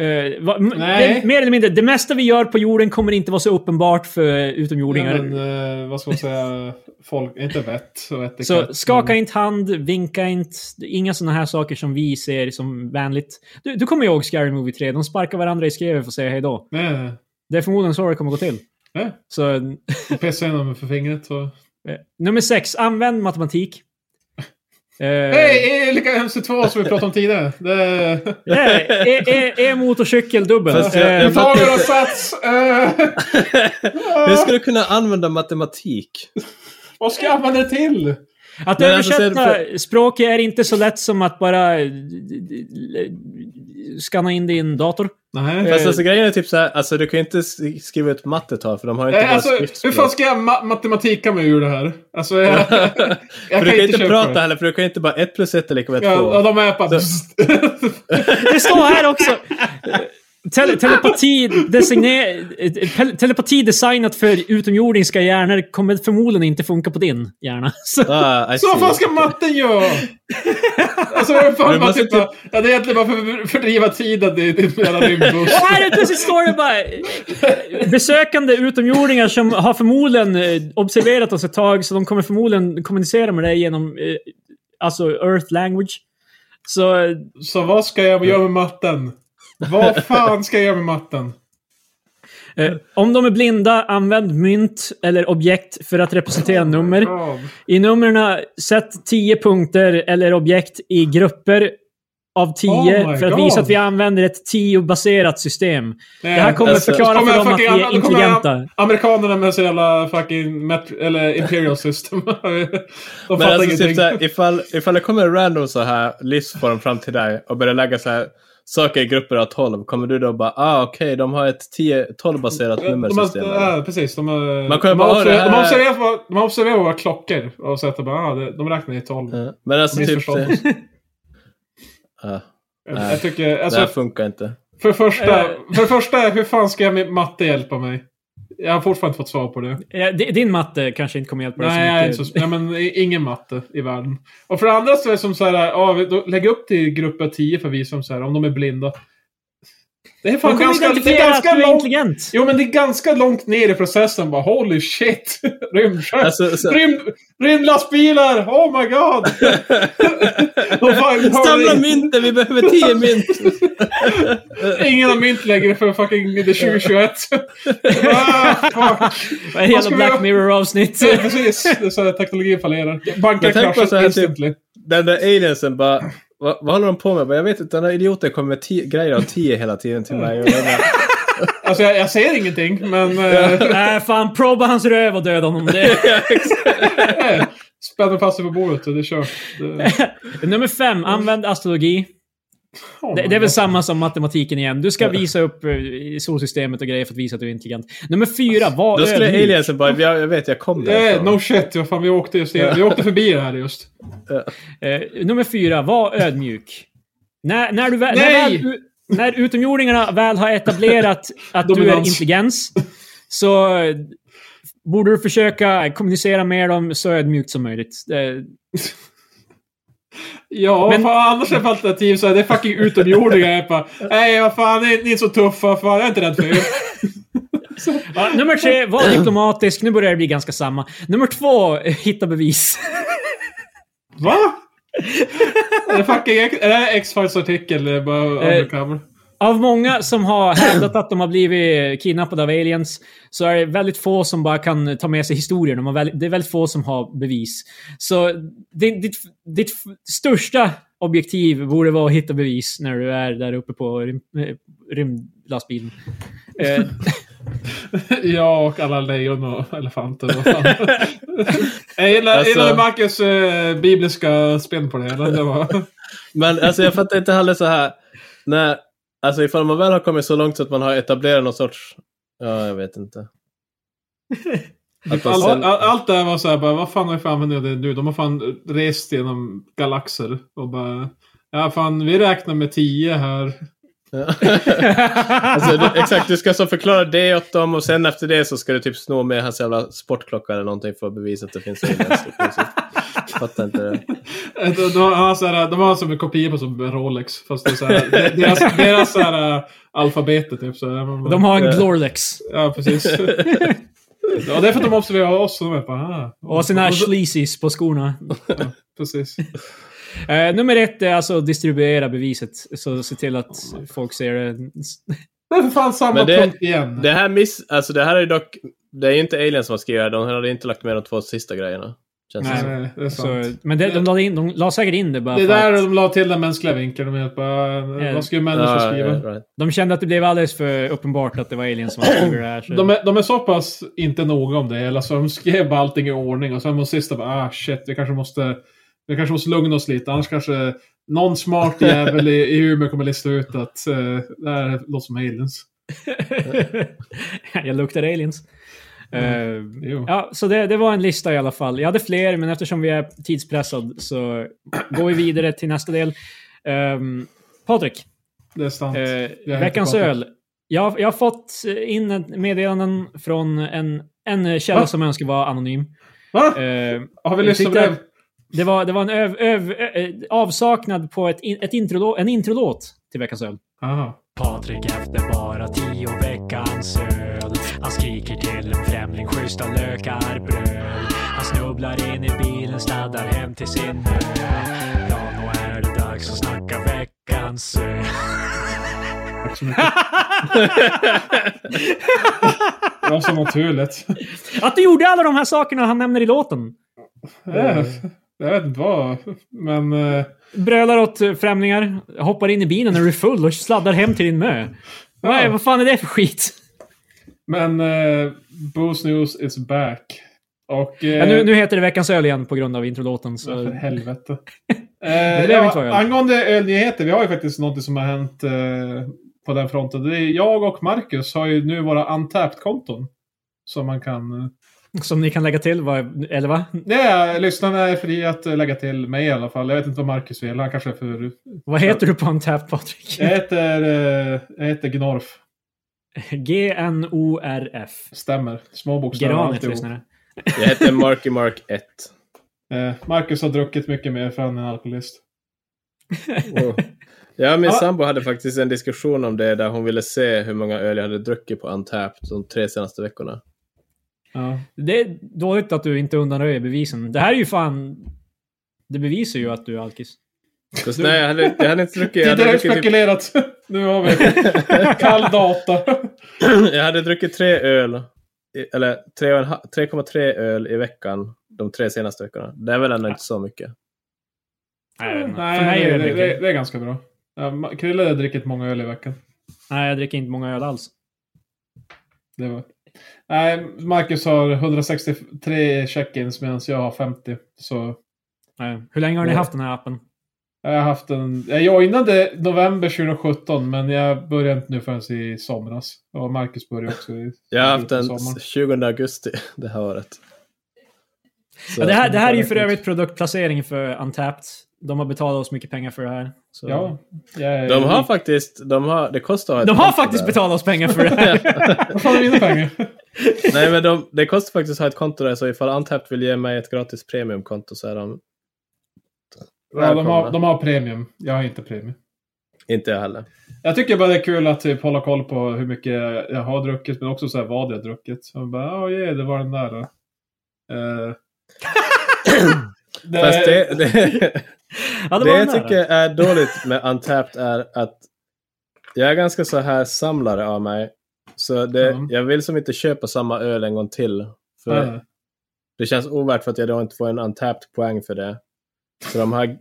Speaker 2: Eh, va, m-
Speaker 3: Nej.
Speaker 2: det, mer eller mindre, det mesta vi gör på jorden kommer inte vara så uppenbart för utomjordingar.
Speaker 3: Ja, men, eh, vad ska man säga? Folk, inte vett och etikett.
Speaker 2: så skaka
Speaker 3: men-
Speaker 2: inte hand, vinka inte, inga sådana här saker som vi ser som vänligt. Du, du kommer ihåg Scary Movie 3, de sparkar varandra i skrevet för att säga hejdå.
Speaker 3: Nej, nej,
Speaker 2: Det är förmodligen så det kommer gå till.
Speaker 3: nej.
Speaker 2: Så,
Speaker 3: Pissa in dem för fingret och...
Speaker 2: eh, nummer sex, använd matematik. Eh,
Speaker 3: Hej! eh, Lika MC2 som vi pratade om tidigare. Det är...
Speaker 2: nej, E, e, e motorcykel dubbel.
Speaker 1: Fast jag- jag
Speaker 2: Eh,
Speaker 1: fattar
Speaker 3: Tavlor och
Speaker 1: inte.
Speaker 3: sats! eh,
Speaker 1: Eh, Hur ska du kunna använda matematik?
Speaker 3: Eh, Vad ska jag använda det till?
Speaker 2: Att
Speaker 1: Men alltså,
Speaker 2: översätta
Speaker 1: ser du
Speaker 2: språk är inte så lätt som att bara eh, skanna in det i en dator.
Speaker 3: Nej.
Speaker 1: Fast alltså grejen är typ så här, alltså du kan ju inte s- skriva ut mattetal för de har ju inte
Speaker 3: Eh,
Speaker 1: bara
Speaker 3: Alltså, hur
Speaker 1: skriftspråk.
Speaker 3: fan ska jag ma- matematik komma ur det här? Alltså, jag, jag
Speaker 1: för du kan ju inte
Speaker 3: köpa
Speaker 1: prata
Speaker 3: det.
Speaker 1: heller, för du kan ju inte bara ett plus ett är lika med två.
Speaker 3: Ja, och de är bara...
Speaker 2: Det står här också. Tele telepati, designe- eh, pel- telepati designat för utomjordinska hjärnor kommer förmodligen inte funka på din hjärna. Så,
Speaker 1: Ah, I
Speaker 3: Så vad
Speaker 1: see.
Speaker 3: fan ska matten göra? alltså vad fan
Speaker 1: Men
Speaker 3: man
Speaker 1: måste
Speaker 3: typ bara, ja, det är egentligen bara för att fördriva tiden i din jävla rymdbuss.
Speaker 2: och här är plötsligt står det bara besökande utomjordingar som har förmodligen eh, observerat oss ett tag, så de kommer förmodligen kommunicera med dig genom eh, alltså earth language. Så eh,
Speaker 3: Så vad ska jag göra med matten? Vad fan ska jag göra med matten?
Speaker 2: Eh, om de är blinda, använd mynt eller objekt för att representera nummer.
Speaker 3: Ja.
Speaker 2: I numren, sätt 10 punkter eller objekt i grupper av 10
Speaker 3: Oh my
Speaker 2: för att
Speaker 3: God.
Speaker 2: visa att vi använder ett 10-baserat system.
Speaker 3: Nej,
Speaker 2: Det här kommer
Speaker 1: alltså,
Speaker 2: förklara
Speaker 3: så kommer
Speaker 2: för dem att vi är
Speaker 3: fucking- då kommer jag-
Speaker 2: intelligenta.
Speaker 3: Amerikanerna med sin jävla fucking met- eller imperial system. De
Speaker 1: Men
Speaker 3: fattar
Speaker 1: alltså,
Speaker 3: ingenting.
Speaker 1: typ såhär, ifall, ifall det kommer en random så här livsform fram till dig och börjar lägga så här saker i grupper av 12, kommer du då bara ah okej, de har ett 10 12-baserat
Speaker 3: de har,
Speaker 1: nummersystem? eller?
Speaker 3: ja, precis. De, har-
Speaker 1: Man kommer
Speaker 3: de,
Speaker 1: bara,
Speaker 3: har
Speaker 1: "Ah, det
Speaker 3: observerat- de,
Speaker 1: här-
Speaker 3: har observerat våra- de har observerat våra klockor och sett att bara, ah, det- de räknar i tolv.
Speaker 1: Ja. Men alltså typ...
Speaker 3: Missförstånd.
Speaker 1: Det, ja,
Speaker 3: Jag,
Speaker 1: Nej.
Speaker 3: jag tycker,
Speaker 1: det här
Speaker 3: alltså,
Speaker 1: funkar inte.
Speaker 3: för, det första,
Speaker 2: Eh.
Speaker 3: för det första, hur fan ska jag med matte hjälpa mig? Jag har fortfarande inte fått svar på det.
Speaker 2: Eh, di- Din matte kanske inte kommer hjälpa dig
Speaker 3: Nej, jag är inte
Speaker 2: så
Speaker 3: så,
Speaker 2: mycket.
Speaker 3: nej, men i- ingen matte i världen. Och för det andra så är det som så här, ja, vi- då, lägg upp till grupp av 10 för vi som så här, om de är blinda. Det är
Speaker 2: De
Speaker 3: fan
Speaker 2: kommer
Speaker 3: ganska, det är
Speaker 2: identifiera att du
Speaker 3: ganska
Speaker 2: är
Speaker 3: långt
Speaker 2: intelligent.
Speaker 3: Jo, men det är ganska långt ner i processen. Bara, holy shit! Rymdskepp!
Speaker 1: Alltså, så-
Speaker 3: Rymd, rymdlastbilar! Oh my god! Vad fan, har
Speaker 1: Samla
Speaker 3: vi-
Speaker 1: mynten, vi behöver 10 mynt!
Speaker 3: Ingen har mynt längre för fucking det är 2021. ah, fuck.
Speaker 2: Vad är Hela
Speaker 3: ska vi
Speaker 2: Black
Speaker 3: göra?
Speaker 2: Mirror-avsnitt.
Speaker 3: Så, precis, det är så här teknologin fallerar. Bankar
Speaker 1: Jag tänker på så
Speaker 3: kraschar
Speaker 1: här, typ-
Speaker 3: instantly.
Speaker 1: Den där aliensen bara, vad, vad håller de på med? Jag, bara, jag vet inte, den där idioten kommer med 10 grejer av 10 hela tiden till mig. Och jag bara,
Speaker 3: Alltså, jag, jag säger ingenting, men... eh,
Speaker 2: Nej, Äh, fan. Proba hans röv och döda honom. Det.
Speaker 3: eh, Spänner fast dig på bordet och det är kört. Det,
Speaker 2: Nummer fem. Använd astrologi.
Speaker 3: oh
Speaker 2: Det,
Speaker 3: my
Speaker 2: det är väl
Speaker 3: God.
Speaker 2: samma som matematiken igen. Du ska visa upp eh, solsystemet och grejer för att visa att du är intelligent. Nummer fyra,
Speaker 3: Alltså,
Speaker 2: var
Speaker 1: då skulle
Speaker 2: ödmjuk.
Speaker 1: aliensen bara, jag, jag vet, jag kom
Speaker 3: Eh,
Speaker 1: därifrån.
Speaker 3: no shit, vad fan, vi åkte, just, vi åkte förbi det här just.
Speaker 2: Eh, nummer fyra, var ödmjuk. När, när, du väl, när,
Speaker 3: Nej!
Speaker 2: väl, när utomjordingarna väl har etablerat att du är
Speaker 3: Dominans.
Speaker 2: intelligens, så eh, borde du försöka kommunicera med dem så ödmjukt som möjligt. Eh,
Speaker 3: Ja,
Speaker 2: Men-
Speaker 3: men fan, annars är det alternativ så här, det är fucking utomjordingar. Jag bara, nej vad fan, ni, ni är så tuffa, fan, jag är inte rädd för er.
Speaker 2: ja, nummer tre, var diplomatisk. Nu börjar det bli ganska samma. Nummer två, eh, hitta bevis.
Speaker 3: Va? är det fucking, är det X-Files artikel? Det är
Speaker 2: Eh.
Speaker 3: bara undercover.
Speaker 2: Av många som har hävdat att de har blivit kidnappade av aliens så är det väldigt få som bara kan ta med sig historier. De har väl, det är väldigt få som har bevis. Så din- ditt, ditt största objektiv borde vara att hitta bevis när du är där uppe på rym, eh, rymdlastbilen. Eh,
Speaker 3: Jag och alla lejon och elefanter. Vad fan. jag gillar,
Speaker 1: Alltså-
Speaker 3: gillar Marcus eh, bibliska spinn på det. Eller? det var...
Speaker 1: Men alltså jag fattar inte heller så här. När, alltså ifall man väl har kommit så långt så att man har etablerat någon sorts... Ja, jag vet inte. Att man
Speaker 3: All,
Speaker 1: sen,
Speaker 3: all, allt det här var såhär bara, vad fan har vi för användning av det nu? De har fan rest genom galaxer och bara, ja fan vi räknar med 10 här.
Speaker 1: alltså, du, exakt, du ska så förklara det åt dem och sen efter det så ska du typ snå med hans jävla sportklocka eller någonting för att bevisa att det finns aliens. i princip. Fattar inte det.
Speaker 3: Eh, De, de, har såhär, de har som en kopia på som Rolex. Fast det är såhär, de- deras, deras såhär, äh, alfabetet typ. Så här, man bara,
Speaker 2: de har
Speaker 1: Eh,
Speaker 2: en Glorlex
Speaker 3: Ja, precis. ja, det är för att de observerar oss. Och de är bara, ah,
Speaker 2: och sina sleazies på skorna.
Speaker 3: precis.
Speaker 2: Eh, nummer ett är alltså att distribuera beviset. Så se till att folk ser det.
Speaker 3: Det är för fan samma
Speaker 1: Men det-
Speaker 3: punkt igen.
Speaker 1: Det här miss... Alltså det här är ju dock... Det är ju inte aliens som har skrivit det här. De hade inte lagt med de två sista grejerna. Känns det
Speaker 2: Nej.
Speaker 1: som.
Speaker 3: Nej, det är sant.
Speaker 2: Så, Alltså, men det, de, la in, de la säkert in det bara
Speaker 3: det
Speaker 2: för
Speaker 3: där
Speaker 2: att
Speaker 3: de la till den mänskliga vinkeln. De är bara,
Speaker 2: Ja.
Speaker 3: vad ska ju människor
Speaker 1: Ah, Ja,
Speaker 3: skriva?
Speaker 1: right.
Speaker 2: de kände att det blev alldeles för uppenbart att det var aliens som hade skrivit det här. Så.
Speaker 3: De är, de är så pass inte noga om det hela så de skrev bara allting i ordning och sen mot sista bara ah shit, vi kanske måste, vi kanske måste lugna oss lite annars kanske någon smart jävel i, i Umeå kommer lista ut att eh, det här låter som aliens.
Speaker 2: Jag luktar aliens.
Speaker 3: Mm.
Speaker 2: Eh,
Speaker 3: Jo.
Speaker 2: ja, så det, det var en lista i alla fall. Jag hade fler, men eftersom vi är tidspressad så går vi vidare till nästa del. Um, Patrik,
Speaker 3: Det är sant.
Speaker 2: eh,
Speaker 3: Jag heter
Speaker 2: veckans
Speaker 3: Patrik.
Speaker 2: öl. Jag, har- jag har fått in ett meddelanden från en, en källa
Speaker 3: Va?
Speaker 2: som önskar vara anonym.
Speaker 3: Va?
Speaker 2: Eh,
Speaker 3: Har vi
Speaker 2: jag tyckte
Speaker 3: lyssnat
Speaker 2: att- det var, det var en öv, öv, ö, eh, avsaknad på ett, in- ett introlå, en introlåt till veckans öl.
Speaker 3: Aha.
Speaker 4: Patrik efter bara tio veckans öl Han skriker till en främling schyssta lökar bröd Han snubblar in i bilen, sladdar hem till sin ö Ja, nu är det dags att snacka veckans öl
Speaker 3: Tack så mycket. det var så naturligt.
Speaker 2: Att du gjorde alla de här sakerna han nämner i låten.
Speaker 3: Eh, Jag vet inte vad, men... eh,
Speaker 2: Brölar åt eh, främlingar, hoppar in i bilen när du är full och sladdar hem till din mö. Nej, vad fan är det för skit?
Speaker 3: Men eh, Booze News is back. Och... eh,
Speaker 2: Ja, nu, nu heter det Veckans Öl igen på grund av introlåten.
Speaker 3: Ja,
Speaker 2: Så.
Speaker 3: För helvete. Eh,
Speaker 2: blev
Speaker 3: ja,
Speaker 2: inte vad jag hade.
Speaker 3: angående ölnyheter, vi har ju faktiskt något som har hänt eh, på den fronten. Det är, jag och Marcus har ju nu våra Untapped-konton. Som man kan... eh,
Speaker 2: Som ni kan lägga till, vad- eller va?
Speaker 3: Det är, lyssnarna är fria att eh, lägga till mig i alla fall. Jag vet inte vad Marcus vill. Han kanske är för...
Speaker 2: Vad heter du på Untapped, Patrik?
Speaker 3: Jag heter, eh, jag heter Gnorf.
Speaker 2: G-N-O-R-F.
Speaker 3: Stämmer. Små bokstäver.
Speaker 2: Granet,
Speaker 3: alltihop.
Speaker 2: lyssnare.
Speaker 1: Jag heter Marky Mark 1.
Speaker 3: Eh, Marcus har druckit mycket mer för han är en alkoholist.
Speaker 1: Wow. Ja, min
Speaker 3: Ja.
Speaker 1: sambo hade faktiskt en diskussion om det där hon ville se hur många öl jag hade druckit på Untapped de tre senaste veckorna.
Speaker 3: Ja.
Speaker 2: Det är dåligt att du inte undanröjer bevisen. Det här är ju fan... Det bevisar ju att du är alkis.
Speaker 1: Fast, nej, jag hade, jag hade inte druckit... Jag hade
Speaker 3: Tidigare
Speaker 1: druckit, typ,
Speaker 3: spekulerat. nu har vi kall data.
Speaker 1: jag hade druckit tre öl, i- eller tre och en ha- 3,3 öl i veckan de tre senaste veckorna. Det är väl ändå inte så mycket.
Speaker 2: Nej, jag vet inte. Mm.
Speaker 3: Nej,
Speaker 2: För mig är det
Speaker 3: det,
Speaker 2: mycket.
Speaker 3: det, det är ganska bra. Ja, Ma- Krille har druckit många öl i veckan.
Speaker 2: Nej, jag dricker inte många öl alls.
Speaker 3: Det var... Nej, Marcus har 163 check-ins medan jag har 50. Så
Speaker 2: Nej. Hur länge har ni
Speaker 3: Nej.
Speaker 2: haft den här appen?
Speaker 3: jag har haft en... Jag innan november 2017, men jag började inte nu förrän i somras. Och Marcus började också i
Speaker 1: Jag har haft
Speaker 3: i
Speaker 1: den
Speaker 3: sommar.
Speaker 1: 20 augusti det här året. Så-
Speaker 2: Ja, det, här, det här är ju för övrigt produktplacering för Untapped. De har betalat oss mycket pengar för det här. Så.
Speaker 3: Ja, jag är...
Speaker 1: De har faktiskt... De har, det kostar
Speaker 2: De
Speaker 1: ett
Speaker 2: har
Speaker 1: konto
Speaker 2: faktiskt
Speaker 1: där.
Speaker 2: betalat oss pengar för det här.
Speaker 3: Vad fan är mina pengar?
Speaker 1: Nej, men de, det kostar faktiskt att ha ett konto där, så ifall Antept vill ge mig ett gratis premiumkonto så är de...
Speaker 3: ja, de, har,
Speaker 1: välkomna.
Speaker 3: de har premium. Jag har inte premium.
Speaker 1: Inte jag heller.
Speaker 3: Jag tycker bara det är kul att typ hålla koll på hur mycket jag har druckit, men också så här vad jag har druckit. Så man bara, oh yeah, det var den där. då." Eh, det,
Speaker 1: Fast det, det,
Speaker 2: Ja, det
Speaker 1: det
Speaker 2: var
Speaker 1: jag
Speaker 2: den där.
Speaker 1: tycker är dåligt med Untapped är att jag är ganska så här samlare av mig. Så det,
Speaker 3: Mm.
Speaker 1: jag vill som inte köpa samma öl en gång till. För
Speaker 3: Nej,
Speaker 1: Det känns ovärt för att jag då inte får en Untapped poäng för det. Så de har,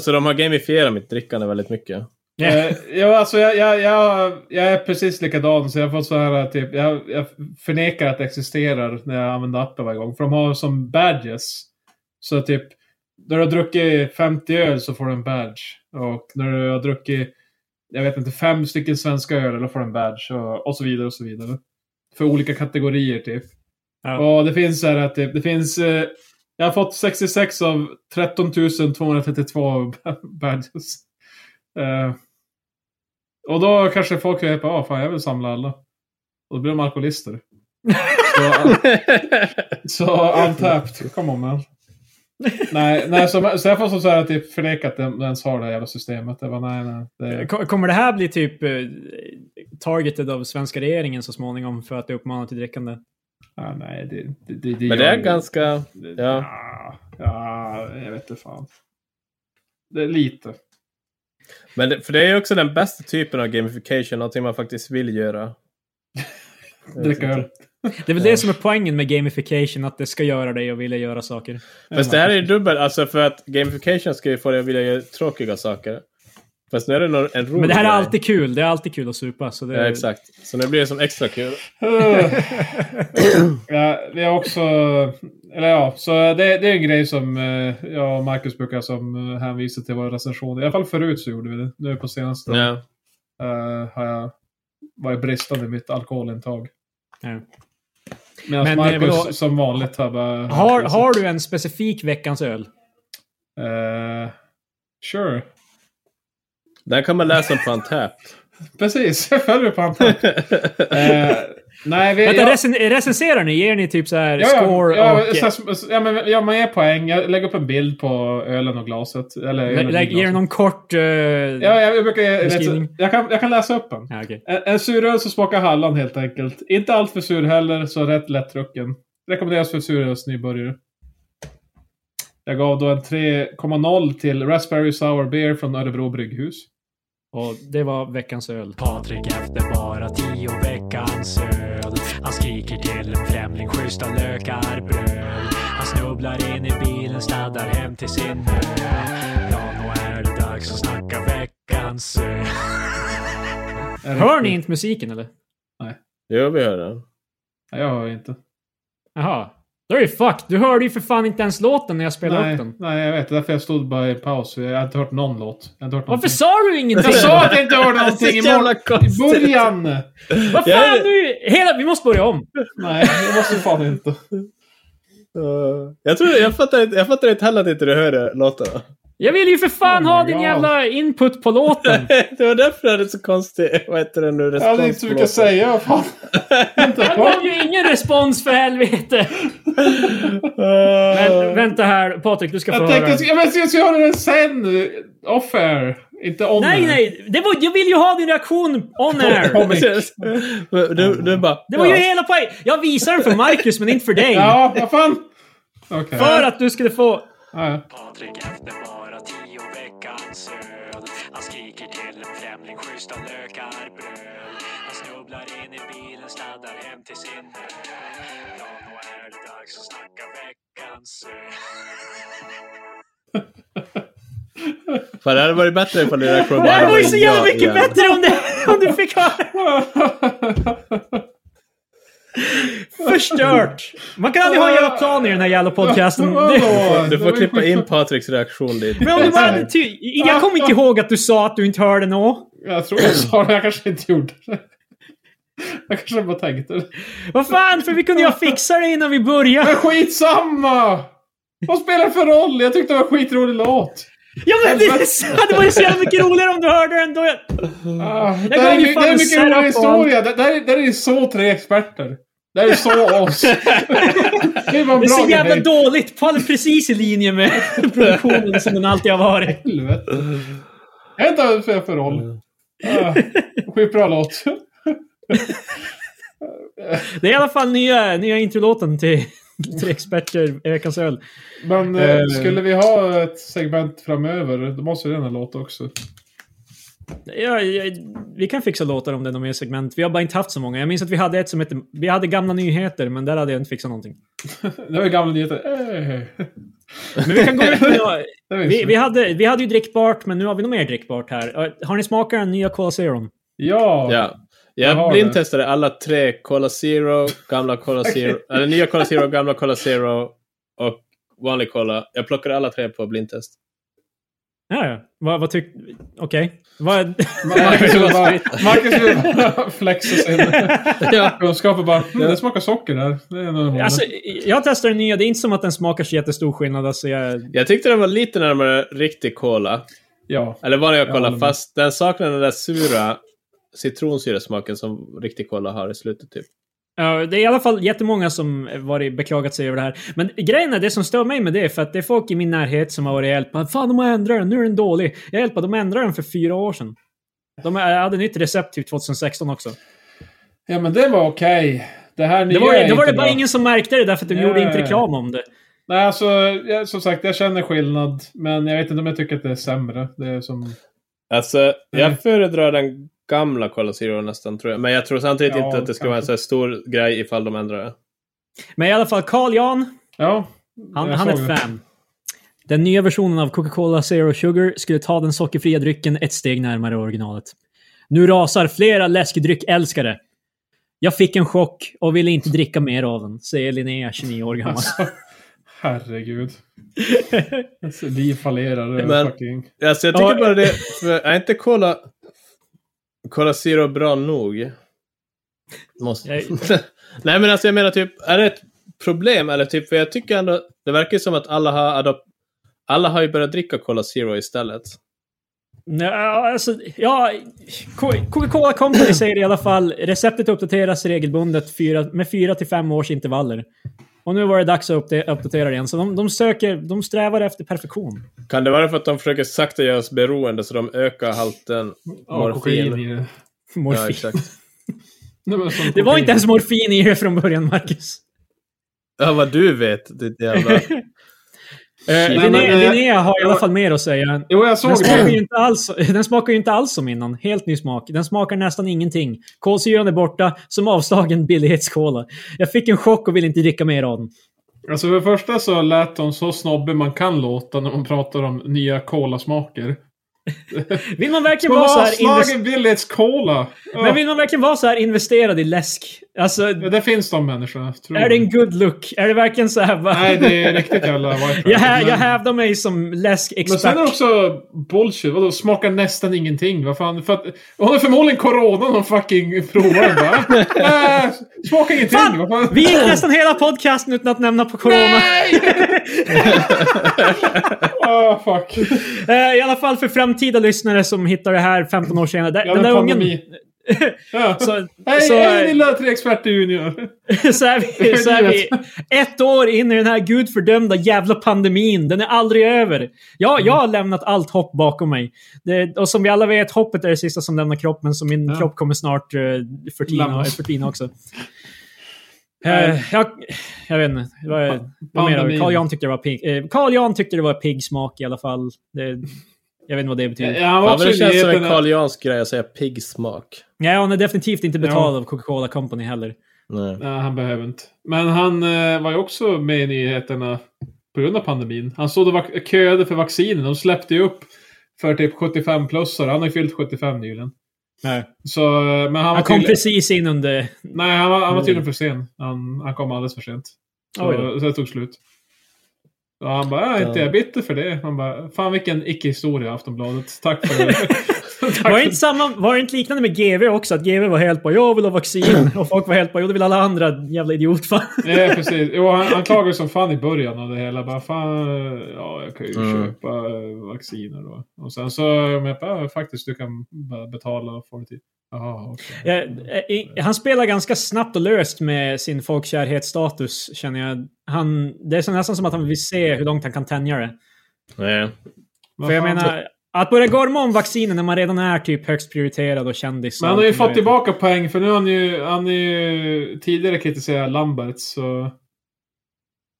Speaker 1: så de har gamifierat mitt drickande väldigt mycket.
Speaker 2: Ja.
Speaker 3: Eh, ja, alltså jag, jag, jag, jag är precis likadan, så jag får så här typ, jag, jag förnekar att det existerar när jag använder appen varje gång. För de har som badges. Så typ, när du har druckit 50 öl så får du en badge. Och när du har druckit, jag vet inte, fem stycken svenska öl, då får du en badge. Och, och så vidare och så vidare. För olika kategorier typ.
Speaker 2: Ja.
Speaker 3: Och det finns så här att typ, det finns, eh, jag har fått 66 av 13 232 badges. Eh, och då kanske folk är på, ah fan jag vill samla alla. Och då blir de alkoholister. så, så untapped, come on man. nej, nej så, så jag får som så här typ förneka att de ens har det här jävla systemet. Jag bara, nej, nej, det,
Speaker 2: Eh, Ko- Kommer det här bli typ eh, targeted av svenska regeringen så småningom för att det uppmanar till drickande?
Speaker 3: ah, nej, det, det, det, det
Speaker 1: Men det
Speaker 3: gör
Speaker 1: är
Speaker 3: ju-
Speaker 1: ganska...
Speaker 3: Det-
Speaker 1: Ja.
Speaker 3: ja, jag vet inte fan. Det är lite.
Speaker 1: Men det, för det är ju också den bästa typen av gamification, någonting man faktiskt vill göra. Jag vet
Speaker 3: Dricka
Speaker 1: inte.
Speaker 3: öl.
Speaker 2: Det är väl det som är poängen med gamification, att det ska göra dig och vilja göra saker.
Speaker 3: Oh,
Speaker 1: Fast det här är ju dubbelt, alltså för att gamification ska ju få dig att vilja göra tråkiga saker. Fast nu är det nå- en rolig
Speaker 2: Men det här är
Speaker 1: grej.
Speaker 2: alltid kul. Det är alltid kul att supa. Så det,
Speaker 1: Ja, exakt. Så nu blir det som extra kul.
Speaker 3: ja, vi har också... Eller ja, så det, det är en grej som eh, jag och Marcus brukar som eh, hänvisa till våra recensioner. I alla fall förut så gjorde vi det. Nu på senaste
Speaker 1: Ja.
Speaker 3: eh, har jag varit bristande i mitt alkoholintag.
Speaker 2: Ja.
Speaker 3: Medan
Speaker 2: Men, eh,
Speaker 3: Marcus
Speaker 2: vadå?
Speaker 3: som vanligt har bara...
Speaker 2: Har, har du en specifik veckans öl?
Speaker 3: Eh, sure.
Speaker 1: Den kan man läsa om på Untapped.
Speaker 3: Precis, jag följer på Anton. eh, nej, vi,
Speaker 2: Vänta,
Speaker 3: jag-
Speaker 2: recen recenserar ni? Ger ni typ så här
Speaker 3: ja, ja,
Speaker 2: score
Speaker 3: ja,
Speaker 2: och...
Speaker 3: så här, så- ja, men jag man ger poäng. Jag lägger upp en bild på ölen och glaset. Eller ölen
Speaker 2: Lä-
Speaker 3: och
Speaker 2: lä- ger du
Speaker 3: glaset.
Speaker 2: någon kort... eh,
Speaker 3: alltså. Ja, jag, jag brukar... ge-
Speaker 2: Beskrivning?
Speaker 3: Jag kan, jag kan läsa upp den.
Speaker 2: Ja, okej.
Speaker 3: En, en suröl som smakar hallon helt enkelt. Inte allt för sur heller, så rätt lättdrucken. Rekommenderas för surölsnybörjare. Jag gav då en 3,0 till Raspberry Sour Beer från Örebro Brygghus.
Speaker 2: Och det var veckans öl.
Speaker 4: Patrik efter bara tio veckans öl. Han skriker till en främling schyssta lökar bröd. Han snubblar in i bilen, sladdar hem till sin ö. Ja, nu är det dags att snacka veckans öl.
Speaker 3: Är det-
Speaker 2: Hör ni inte musiken eller?
Speaker 1: Jo, vi hör den.
Speaker 3: Nej, jag hör inte.
Speaker 2: Jaha. Då är det fuck. Du hörde ju för fan inte ens låten när jag spelade
Speaker 3: Nej,
Speaker 2: upp den.
Speaker 3: nej, jag vet. Därför jag stod bara i paus. Jag har inte hört någon låt. Jag har inte hört
Speaker 2: Varför
Speaker 3: någonting.
Speaker 2: sa du ingenting?
Speaker 3: Jag sa att jag inte hörde någonting
Speaker 1: Det är så jävla
Speaker 3: imorgon. I
Speaker 1: konstigt.
Speaker 3: början!
Speaker 2: Vad fan du... Hela... Vi måste börja om.
Speaker 3: Nej, jag måste fan inte.
Speaker 1: Eh, jag, tror, jag, fattar inte, jag fattar inte heller att inte du hörde låtarna.
Speaker 2: Jag vill ju för fan
Speaker 3: Oh my
Speaker 2: ha din
Speaker 3: God.
Speaker 2: jävla input på låten.
Speaker 1: det var därför det hade så konstig... Vad heter det nu?
Speaker 3: Jag hade inte så mycket att
Speaker 1: Respons på
Speaker 3: säga. Fan. Inte
Speaker 2: Det
Speaker 3: hört.
Speaker 2: kom ju ingen respons för helvete!
Speaker 1: låten.
Speaker 2: Men vänta här, Patrik, du ska få
Speaker 3: Jag
Speaker 2: höra.
Speaker 3: tänkte jag, men, jag ska höra den sen. Off air. Inte on
Speaker 2: Nej,
Speaker 3: air.
Speaker 2: nej! Det var, jag vill ju ha din reaktion on air!
Speaker 1: Precis. Du, du bara...
Speaker 2: Mm. Det var ju
Speaker 1: ja.
Speaker 2: hela poängen! Jag visar den för Marcus, men inte för dig.
Speaker 3: Ja, vad fan. Okej.
Speaker 2: För att du skulle få...
Speaker 3: Ja, ja.
Speaker 4: Patrik efter bara tio veckans öl. Han skriker till en främling schyssta lökar bröd. Han snubblar in i bilen, sladdar hem till sin ö. Ja, nu är det dags att snacka veckans öl.
Speaker 1: Fan, det hade varit bättre ifall din reaktion
Speaker 2: Det
Speaker 1: bara
Speaker 2: här var ju så
Speaker 1: varit
Speaker 2: jävla
Speaker 1: ja
Speaker 2: mycket
Speaker 1: igen.
Speaker 2: bättre om, det, om du fick höra! Förstört! Man kan aldrig ha en jävla plan i den här jävla podcasten. Det,
Speaker 3: Vadå?
Speaker 1: Mm, Du
Speaker 3: Det var
Speaker 1: får
Speaker 3: ju
Speaker 1: klippa
Speaker 3: skit-
Speaker 1: in Patriks reaktion dit.
Speaker 2: men om du bara hade ty- Jag kommer inte ihåg att du sa att du inte hörde nå.
Speaker 3: Jag tror jag sa det. Jag kanske inte gjorde det. Jag kanske bara tänkte det.
Speaker 2: Vad fan, för vi kunde ju ha fixat det innan vi började.
Speaker 3: Men skitsamma! Vad spelar det för roll? Jag tyckte det var en skitrolig låt.
Speaker 2: Ja men det hade varit så jävla mycket roligare om du hörde den då. Jag...
Speaker 1: Mm.
Speaker 3: Ah, det,
Speaker 2: gav
Speaker 3: här är,
Speaker 2: ju
Speaker 3: my- det
Speaker 2: fan
Speaker 3: här är
Speaker 2: en
Speaker 3: mycket
Speaker 2: setup
Speaker 3: rolig
Speaker 2: och
Speaker 3: historia. Det, det, här är, det här är så tre experter. Det här är så oss. det är bara en
Speaker 2: Det är
Speaker 3: bra
Speaker 2: så jävla
Speaker 3: grej.
Speaker 2: dåligt. Faller precis i linje med produktionen som den alltid har varit.
Speaker 3: Helvete. Jag vet inte vad det är för roll. Ah, Skitbra låt.
Speaker 2: Det är i alla fall nya, nya introlåten till Tre Experter, i Veckans Öl.
Speaker 3: Men eh, skulle vi ha ett segment framöver, då måste vi ha den här låten också.
Speaker 2: Ja, ja, vi kan fixa låtar om det är något mer segment. Vi har bara inte haft så många. Jag minns att vi hade ett som hette... Vi hade gamla nyheter, men där hade jag inte fixat någonting.
Speaker 3: Det var ju gamla nyheter. Eh,
Speaker 2: Men vi kan gå ut med...
Speaker 3: det var ju
Speaker 2: Vi,
Speaker 3: så.
Speaker 2: vi, hade, vi hade ju drickbart, men nu har vi nog mer drickbart här. Har ni smakat den nya Cola Zero?
Speaker 3: Ja.
Speaker 1: Ja.
Speaker 3: Jag har
Speaker 1: Jag
Speaker 3: det.
Speaker 1: blindtestade alla tre. Cola Zero, gamla Cola Zero, eller nya Cola Zero, gamla Cola Zero och vanlig Cola. Jag plockade alla tre på blindtest.
Speaker 2: Ja, ja. Vad, vad tyckte... Okej. Vad...
Speaker 3: Marcus vill bara, Marcus vill bara flexa sin kunskap och bara mm, det smakar socker där. Det är nog
Speaker 2: Alltså, jag testar den nya. Det är inte som att den smakar så jättestor skillnad. Alltså, jag...
Speaker 1: Jag tyckte den var lite närmare riktig Cola.
Speaker 3: Ja.
Speaker 1: Eller vanlig
Speaker 3: Jag
Speaker 1: Cola,
Speaker 3: håller med.
Speaker 1: fast den saknar den där sura citronsyresmaken som riktig Cola har i slutet typ.
Speaker 2: Ja, det är i alla fall jättemånga som varit beklagat sig över det här. Men grejen är, det som stör mig med det är för att det är folk i min närhet som har varit hjälpa. Fan, de har ändrat den. Nu är den dålig. Jag hjälpte de ändrade den för fyra år sedan. De eh, jag hade nytt recept typ 2016 också.
Speaker 3: ja, men det var okej. Det här nya
Speaker 2: Det var,
Speaker 3: är
Speaker 2: det, var
Speaker 3: inte
Speaker 2: det bara
Speaker 3: bra.
Speaker 2: ingen som märkte det därför att de
Speaker 3: Ja,
Speaker 2: gjorde
Speaker 3: ja,
Speaker 2: inte
Speaker 3: ja.
Speaker 2: reklam om det.
Speaker 3: Nej, alltså jag, som sagt, jag känner skillnad. Men jag vet inte om jag tycker att det är sämre. Det är som...
Speaker 1: Alltså, jag
Speaker 3: Mm.
Speaker 1: föredrar den gamla Cola Zero nästan tror jag. Men jag tror samtidigt
Speaker 3: Ja,
Speaker 1: inte att det skulle vara en så här stor grej ifall de ändrar det.
Speaker 2: Men i alla fall, Carl Jan,
Speaker 3: Ja.
Speaker 2: han,
Speaker 3: jag
Speaker 2: han är
Speaker 3: såg
Speaker 2: ett
Speaker 3: det.
Speaker 2: fan. Den nya versionen av Coca-Cola Zero Sugar skulle ta den sockerfria drycken ett steg närmare originalet. Nu rasar flera läskedryckälskare. Jag fick en chock och ville inte dricka mer av den, säger Linnea, 29 år gammal.
Speaker 3: Alltså, herregud. Alltså, Liv fallerar. det är
Speaker 1: Men-
Speaker 3: Fucking...
Speaker 1: Alltså jag tycker
Speaker 2: Ja.
Speaker 1: bara det, för är inte Cola, Cola Zero bra nog? Måste.
Speaker 2: Jag-
Speaker 1: Nej men alltså jag menar typ, är det ett problem eller typ, för jag tycker ändå, det verkar ju som att alla har adop- alla har ju börjat dricka Cola Zero istället.
Speaker 2: Ja, alltså, ja, Co- Coca-Cola Company säger i alla fall receptet uppdateras regelbundet fyra, med 4 till 5 års intervaller. Och nu var det dags att uppde- uppdatera det igen. Så de, de söker, de strävar efter perfektion.
Speaker 1: Kan det vara för att de försöker sakta göra oss beroende så de ökar halten
Speaker 3: Ja, kokain
Speaker 1: morfin?
Speaker 3: i det.
Speaker 2: Morfin.
Speaker 1: Ja, exakt.
Speaker 3: Nej, men som
Speaker 2: det var
Speaker 3: kokain.
Speaker 2: inte ens morfin i det från början, Marcus.
Speaker 1: Ja, vad du vet, ditt jävla...
Speaker 2: Eh,
Speaker 3: Nej, men,
Speaker 2: Linnea,
Speaker 3: eh,
Speaker 2: Linnea har i alla fall mer att säga.
Speaker 3: Jo, jag såg
Speaker 2: Den smakar, ju
Speaker 3: det.
Speaker 2: inte alls, den smakar ju inte alls som innan. Helt ny smak. Den smakar nästan ingenting. Kolsyran är borta, som avslagen billighetskola. Jag fick en chock och vill inte dricka mer av den.
Speaker 3: Alltså för det första så lät de så snobbig man kan låta när man pratar om nya kolasmaker.
Speaker 2: Vill man verkligen vara så här invest-
Speaker 3: Avslagen Billets Cola! Ja,
Speaker 2: Men vill man verkligen vara så här investerad i läsk? Alltså,
Speaker 3: ja, det finns de människorna. Tror
Speaker 2: är det
Speaker 3: jag.
Speaker 2: en good look? Är det verkligen så här bara...
Speaker 3: Nej, det är riktigt jävla wipeout.
Speaker 2: jag, hä-
Speaker 3: Men-
Speaker 2: jag hävdar mig som
Speaker 3: Men sen är det
Speaker 2: läskexpert.
Speaker 3: också bullshit. Vadå, smakar nästan ingenting. Vad fan? För att, hon har förmodligen corona någon fucking provar den bara. Äh, smakar ingenting.
Speaker 2: Fan!
Speaker 3: Vad fan?
Speaker 2: Vi gick nästan hela podcasten utan att nämna på corona.
Speaker 3: Ah, fuck.
Speaker 2: Eh, I alla fall för framtida lyssnare som hittar det här 15 år senare. Där-
Speaker 3: Ja,
Speaker 2: den
Speaker 3: men
Speaker 2: där ungen...
Speaker 3: pandemi. Ja.
Speaker 2: Så,
Speaker 3: hej,
Speaker 2: så,
Speaker 3: hej lilla treexperter junior!
Speaker 2: så är vi, så är vi ett år in i den här gudfördömda jävla pandemin. Den är aldrig över. Ja, jag har lämnat allt hopp bakom mig. Det, och som vi alla vet, hoppet är det sista som lämnar kroppen, så min
Speaker 3: Ja.
Speaker 2: kropp kommer snart eh, förtina,
Speaker 3: Lämnas.
Speaker 2: förtina också.
Speaker 3: Mm.
Speaker 2: Eh, jag, jag vet inte. Det var, vad menar du?
Speaker 3: pandemin.
Speaker 2: Carl Jan tyckte det var pigg. Eh, Carl Jan tyckte det var pigg smak i alla fall. Det, jag vet inte vad det betyder.
Speaker 3: Ja, han var
Speaker 1: Fan,
Speaker 3: också
Speaker 1: men det känns som en
Speaker 3: nyheterna.
Speaker 1: karliansk grej att säga pigg smak.
Speaker 2: Nej, hon är definitivt inte betald
Speaker 3: Ja.
Speaker 2: av Coca-Cola Company heller.
Speaker 1: Nej.
Speaker 3: Nej, han behöver inte. Men han eh, var ju också med i nyheterna på grund av pandemin. Han stod och va- köade för vaccinen. De släppte ju upp för typ 75-plussare. Han har ju fyllt 75 nyligen.
Speaker 2: Nej.
Speaker 3: Så, eh, men han, var
Speaker 2: Han kom
Speaker 3: tydligen,
Speaker 2: precis in under...
Speaker 3: nej, han, var, han var tydligen för sen. Han, han kom alldeles för sent. Så,
Speaker 2: Oj då.
Speaker 3: så det tog slut. Och han bara, "Äh, inte jag är bitter för det. Han bara, fan vilken icke-historia Aftonbladet. Tack för det. Tack
Speaker 2: Var det,
Speaker 3: för-
Speaker 2: inte samma, var det inte liknande med GV också? Att GV var helt på jag vill ha vaccin. Och folk var helt på jo, det vill alla andra jävla idiotfall.
Speaker 3: Ja, precis. Jo, han, han klagade som fan i början av det hela. Bara, fan, ja, jag kan ju
Speaker 1: Mm.
Speaker 3: köpa eh, vacciner då. Och sen så, men jag bara, ja, faktiskt, du kan bara betala och få det till. Jaha, okej.
Speaker 2: Eh, eh, i- Han spelar ganska snabbt och löst med sin folkkärhetsstatus, känner jag. Han, det är så nästan som att han vill se hur långt han kan tänja det.
Speaker 1: Nej.
Speaker 3: Men
Speaker 2: För jag
Speaker 3: fan,
Speaker 2: menar, att börja gorma om vaccinen när man redan är typ högst prioriterad och kändis. och
Speaker 3: Men han har ju
Speaker 2: allt
Speaker 3: fått
Speaker 2: möjligt.
Speaker 3: tillbaka poäng, för nu har han ju, han är ju tidigare kritiserat Lamberts så...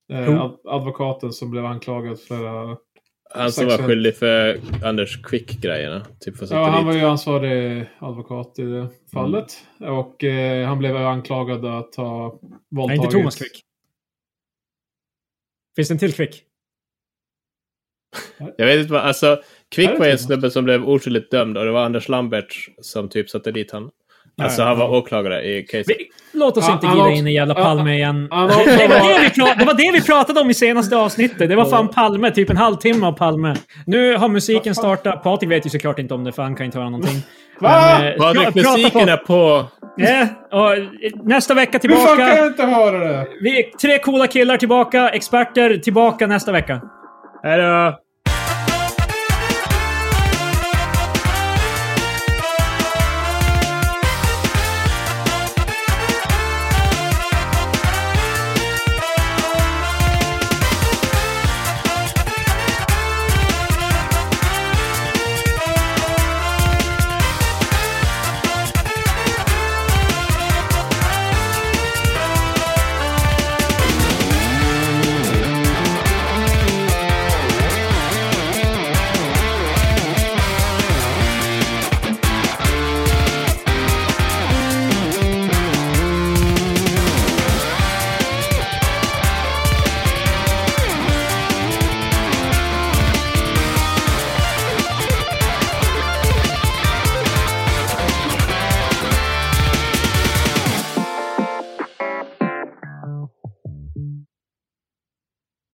Speaker 2: Jo.
Speaker 3: Eh, ad, advokaten som blev anklagad för... eh,
Speaker 1: Han som var
Speaker 3: Exakt.
Speaker 1: skyldig för Anders Quick-grejerna. Typ för att
Speaker 3: Ja, han
Speaker 1: sitta
Speaker 3: var
Speaker 1: dit.
Speaker 3: ju ansvarig advokat i det fallet.
Speaker 2: Mm.
Speaker 3: Och eh, han blev ju anklagad att ha
Speaker 2: Nej,
Speaker 3: våldtagit...
Speaker 2: inte Thomas Quick. Finns det en till Quick?
Speaker 1: Jag vet inte vad, alltså
Speaker 3: Är
Speaker 1: Quick
Speaker 3: det
Speaker 1: var en
Speaker 3: så?
Speaker 1: snubbe som blev oskyldigt dömd och det var Anders Lamberts som typ satte dit han. Alltså han var åklagare i case.
Speaker 2: Vi- Låt oss
Speaker 3: Ja,
Speaker 2: inte
Speaker 3: han
Speaker 2: glida
Speaker 3: har
Speaker 2: in i jävla
Speaker 3: ja,
Speaker 2: Palme igen.
Speaker 3: Han
Speaker 2: Det
Speaker 3: har
Speaker 2: det var
Speaker 3: också varit...
Speaker 2: det, vi pra- det var det vi pratade om i senaste avsnittet. Det var fan Palme, typ en halvtimme av Palme. Nu har musiken startat. Patrik vet ju såklart inte om det, för han kan inte höra någonting.
Speaker 3: Va?
Speaker 2: eh,
Speaker 1: Patrik,
Speaker 2: pra- prata
Speaker 1: musiken
Speaker 2: på-
Speaker 1: är på!
Speaker 2: Ja, och eh, nästa vecka
Speaker 3: Hur fan kan jag
Speaker 2: tillbaka.
Speaker 3: inte höra det?
Speaker 2: Vi är tre coola killar tillbaka. Experter tillbaka nästa vecka.
Speaker 1: Hej då!